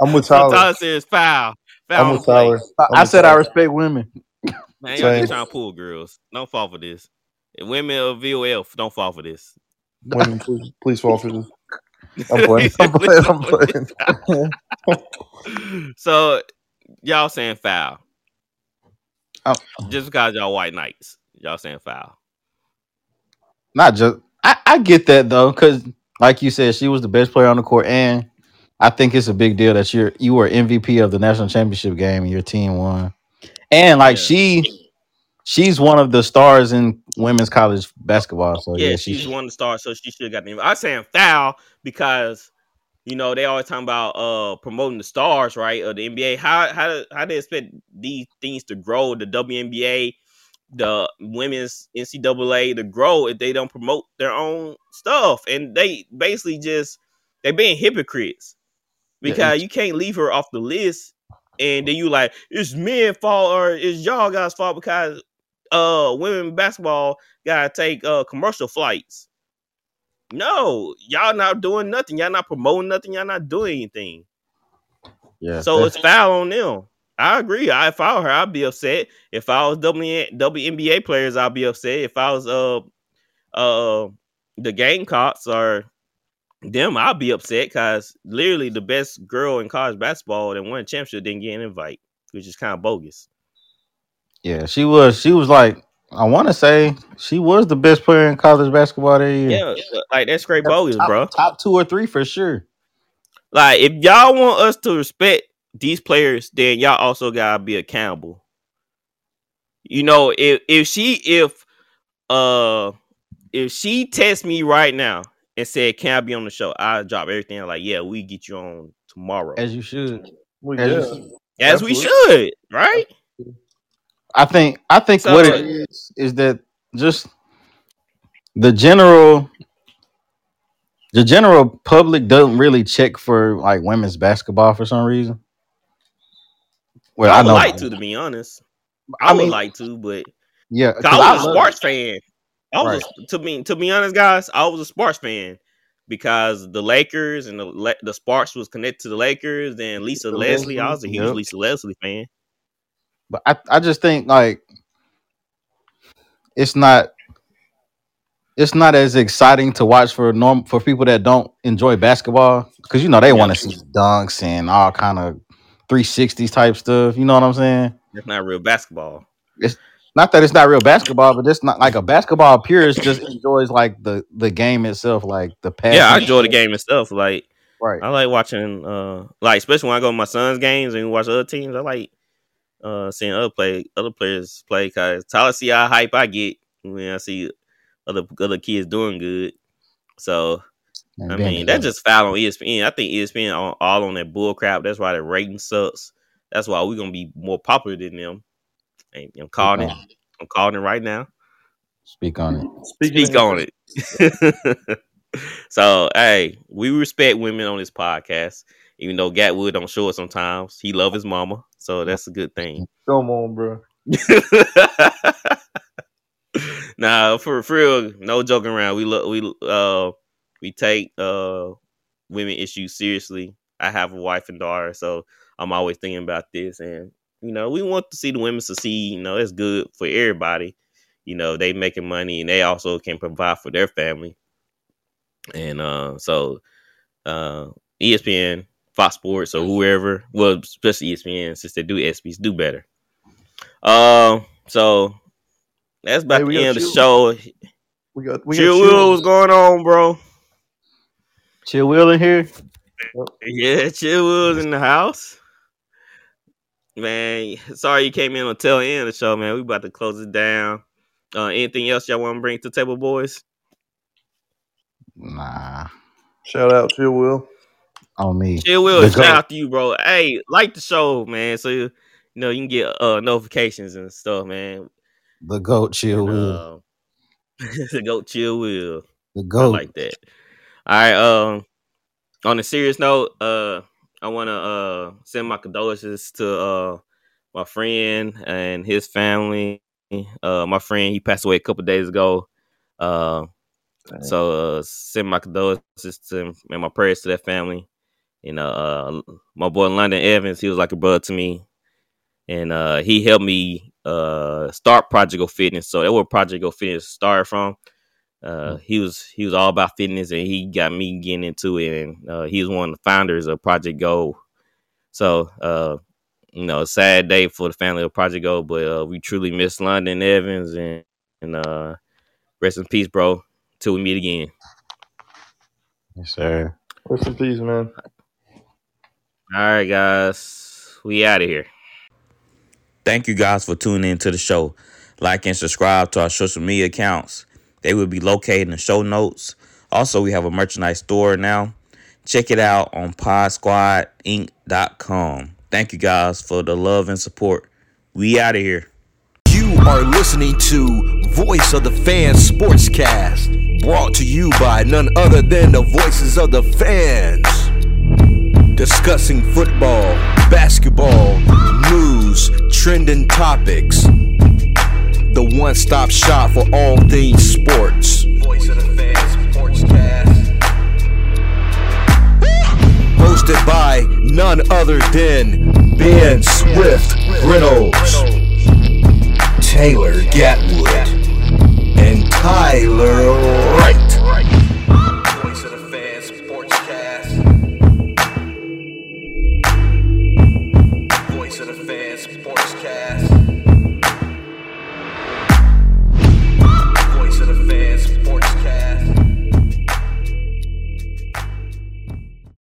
Speaker 4: I'm [laughs] with
Speaker 2: So
Speaker 4: Tyler.
Speaker 2: Tyler says foul. Foul
Speaker 4: I'm
Speaker 2: on
Speaker 4: with
Speaker 2: the
Speaker 4: [laughs]
Speaker 2: play.
Speaker 4: Tyler.
Speaker 5: I,
Speaker 4: I'm
Speaker 5: I
Speaker 4: with
Speaker 5: said I
Speaker 4: Tyler.
Speaker 5: respect women. [laughs]
Speaker 2: Man, y'all
Speaker 4: Same.
Speaker 2: just trying to pull girls. Don't fall for this. Women of VOL, don't fall for this.
Speaker 4: Women, please, please [laughs] fall for this. I'm
Speaker 2: [laughs]
Speaker 4: playing. I'm playing.
Speaker 2: Please
Speaker 4: I'm
Speaker 5: um,
Speaker 2: don't fall for
Speaker 4: playing.
Speaker 2: this. so y'all saying foul.
Speaker 5: Oh.
Speaker 2: Just because y'all white knights. Y'all saying foul.
Speaker 5: Not just. I, I get that though, because like you said, she was the best player on the court, and I think it's a big deal that you're you were MVP of the national championship game and your team won. And like
Speaker 2: Yeah.
Speaker 5: she, she's one of the stars in women's college basketball. So
Speaker 2: Yeah,
Speaker 5: yeah,
Speaker 2: she's
Speaker 5: she,
Speaker 2: one of the stars, so she should have got the invite. I'm saying foul because you know they always talking about uh promoting the stars, right? Of the NBA. How how do- how they expect these things to grow? The WNBA, the women's NCAA to grow if they don't promote their own stuff, and they basically just they being hypocrites
Speaker 5: Yeah,
Speaker 2: because you can't leave her off the list, and then you like it's men fault or it's y'all guys fault because uh women basketball gotta take uh commercial flights. No, y'all not doing nothing. Y'all not promoting nothing. Y'all not doing anything.
Speaker 5: yeah.
Speaker 2: So it's foul on them. I agree. I, if I were her, I'd be upset. If I was WN WNBA players, I'd be upset. If I was uh uh the Gamecocks or them, I'd be upset because literally the best girl in college basketball that won a championship didn't get an invite, which is kind of bogus.
Speaker 5: Yeah, she was. She was like, I want to say she was the best player in college basketball that year.
Speaker 2: Yeah, like that's straight bogus,
Speaker 5: top,
Speaker 2: bro.
Speaker 5: top two or three for sure.
Speaker 2: Like, if y'all want us to respect these players, then y'all also gotta be accountable. You know, if if she if uh if she tests me right now and said, "Can I be on the show?" I drop everything. I'm like, yeah, we get you on tomorrow, as,
Speaker 5: As you should.
Speaker 4: We
Speaker 5: As you
Speaker 4: did.
Speaker 5: should.
Speaker 2: we
Speaker 4: absolutely.
Speaker 2: should, right?
Speaker 5: I think. I think
Speaker 2: So-
Speaker 5: what it is is that just the general, the general public doesn't really check for like women's basketball for some reason. Well,
Speaker 2: I
Speaker 5: I,
Speaker 2: would
Speaker 5: know.
Speaker 2: like to, to be honest. I,
Speaker 5: I
Speaker 2: would
Speaker 5: mean-
Speaker 2: like to, but
Speaker 5: Yeah,
Speaker 2: 'cause
Speaker 5: 'cause
Speaker 2: I was
Speaker 5: I
Speaker 2: a
Speaker 5: love-
Speaker 2: Sparks fan. I was a, to be to be honest, guys. I was a Sparks fan because the Lakers and the Le- the Sparks was connected to the Lakers and Lisa
Speaker 4: Lisa
Speaker 2: Leslie. I was a
Speaker 5: Leslie,
Speaker 2: huge
Speaker 5: yep.
Speaker 2: Lisa Leslie fan.
Speaker 5: but I, I just think like it's not it's not as exciting to watch for norm for people that don't enjoy basketball because you know they
Speaker 2: Yeah.
Speaker 5: want to see dunks and all kind of 360s type stuff you know what i'm saying
Speaker 2: That's not real basketball.
Speaker 5: not that it's not real basketball but it's not like a basketball purist just enjoys like the the game itself like the pass
Speaker 2: Yeah, I enjoy the game and stuff. Like
Speaker 5: right
Speaker 2: I like watching, uh, like especially when I go to my son's games and watch other teams. I like uh seeing other play other players play because Tyler see how hype I get when I see other other kids doing good. So
Speaker 5: And
Speaker 2: I
Speaker 5: then-
Speaker 2: mean, that's just E foul on ESPN. I think ESPN on all on that bull crap. That's why the rating sucks. That's why we're gonna be more popular than them. And I'm calling it. I'm calling it right now.
Speaker 5: speak on it
Speaker 2: Speak on it. [laughs] so hey, we respect women on this podcast. Even though Gatwood don't show it sometimes, he love his mama, so that's a good thing. [laughs]
Speaker 4: Come on, bro.
Speaker 2: nah, for for real, no joking around. We look, we uh, we take uh, women issues seriously. I have a wife and daughter, so I'm always thinking about this, and you know, we want to see the women succeed. You know, it's good for everybody. You know, they making money and they also can provide for their family, and uh, so uh, ESPN, Fox Sports, or whoever, well, especially E ESPN, since they do ESPYS, do better. Um, so that's about
Speaker 4: Hey, we
Speaker 2: the
Speaker 4: got
Speaker 2: end of the
Speaker 4: you.
Speaker 2: show.
Speaker 4: We got we
Speaker 2: We
Speaker 4: got
Speaker 2: what's going on, bro?
Speaker 5: chill will in here
Speaker 2: Yeah, Chill Will's in the house. Man, sorry you came in on tail end of the show, man. We about to close it down. Uh, anything else y'all want to bring to the table, boys?
Speaker 5: Nah,
Speaker 4: Shout out to Will.
Speaker 5: on me.
Speaker 2: Chill Will,
Speaker 5: The
Speaker 2: shout
Speaker 5: goat.
Speaker 2: out to you, bro. Hey, like the show, man. So you know you can get uh notifications and stuff, man.
Speaker 5: The goat chill. Will.
Speaker 2: [laughs] Uh, the goat chill will.
Speaker 5: the
Speaker 2: I
Speaker 5: goat.
Speaker 2: like that. All right. Um, on a serious note, uh, I want to uh send my condolences to uh my friend and his family. Uh, my friend he passed away a couple days ago. Uh, so uh, send my condolences to him and my prayers to that family. And uh, uh, my boy London Evans, he was like a brother to me, and uh, he helped me uh start Project Go Fitness. So that where Project Go Fitness started from. Uh, he was he was all about fitness, and he got me getting into it. And uh, he was one of the founders of Project Go. So uh, you know, sad day for the family of Project Go, but uh, we truly miss London Evans, and and uh, rest in peace, bro. Till we meet again.
Speaker 5: Yes, sir.
Speaker 4: Rest in peace, man.
Speaker 2: All right, guys, we out of here.
Speaker 6: Thank you guys for tuning in to the show. Like and subscribe to our social media accounts. They will be located in the show notes. Also, we have a merchandise store now. Check it out on podsquadinc.com. Thank you guys for the love and support. We out of here.
Speaker 1: You are listening to Voice of the Fans Sportscast, brought to you by none other than the voices of the fans. Discussing football, basketball, news, trending topics. The one stop shop for all things sports. Voice of the Fans Sportscast. Hosted by none other than Ben Swift Reynolds. Taylor Gatwood and Tyler Wright. Voice of the Fans Sportscast. Voice of the Fans Sportscast.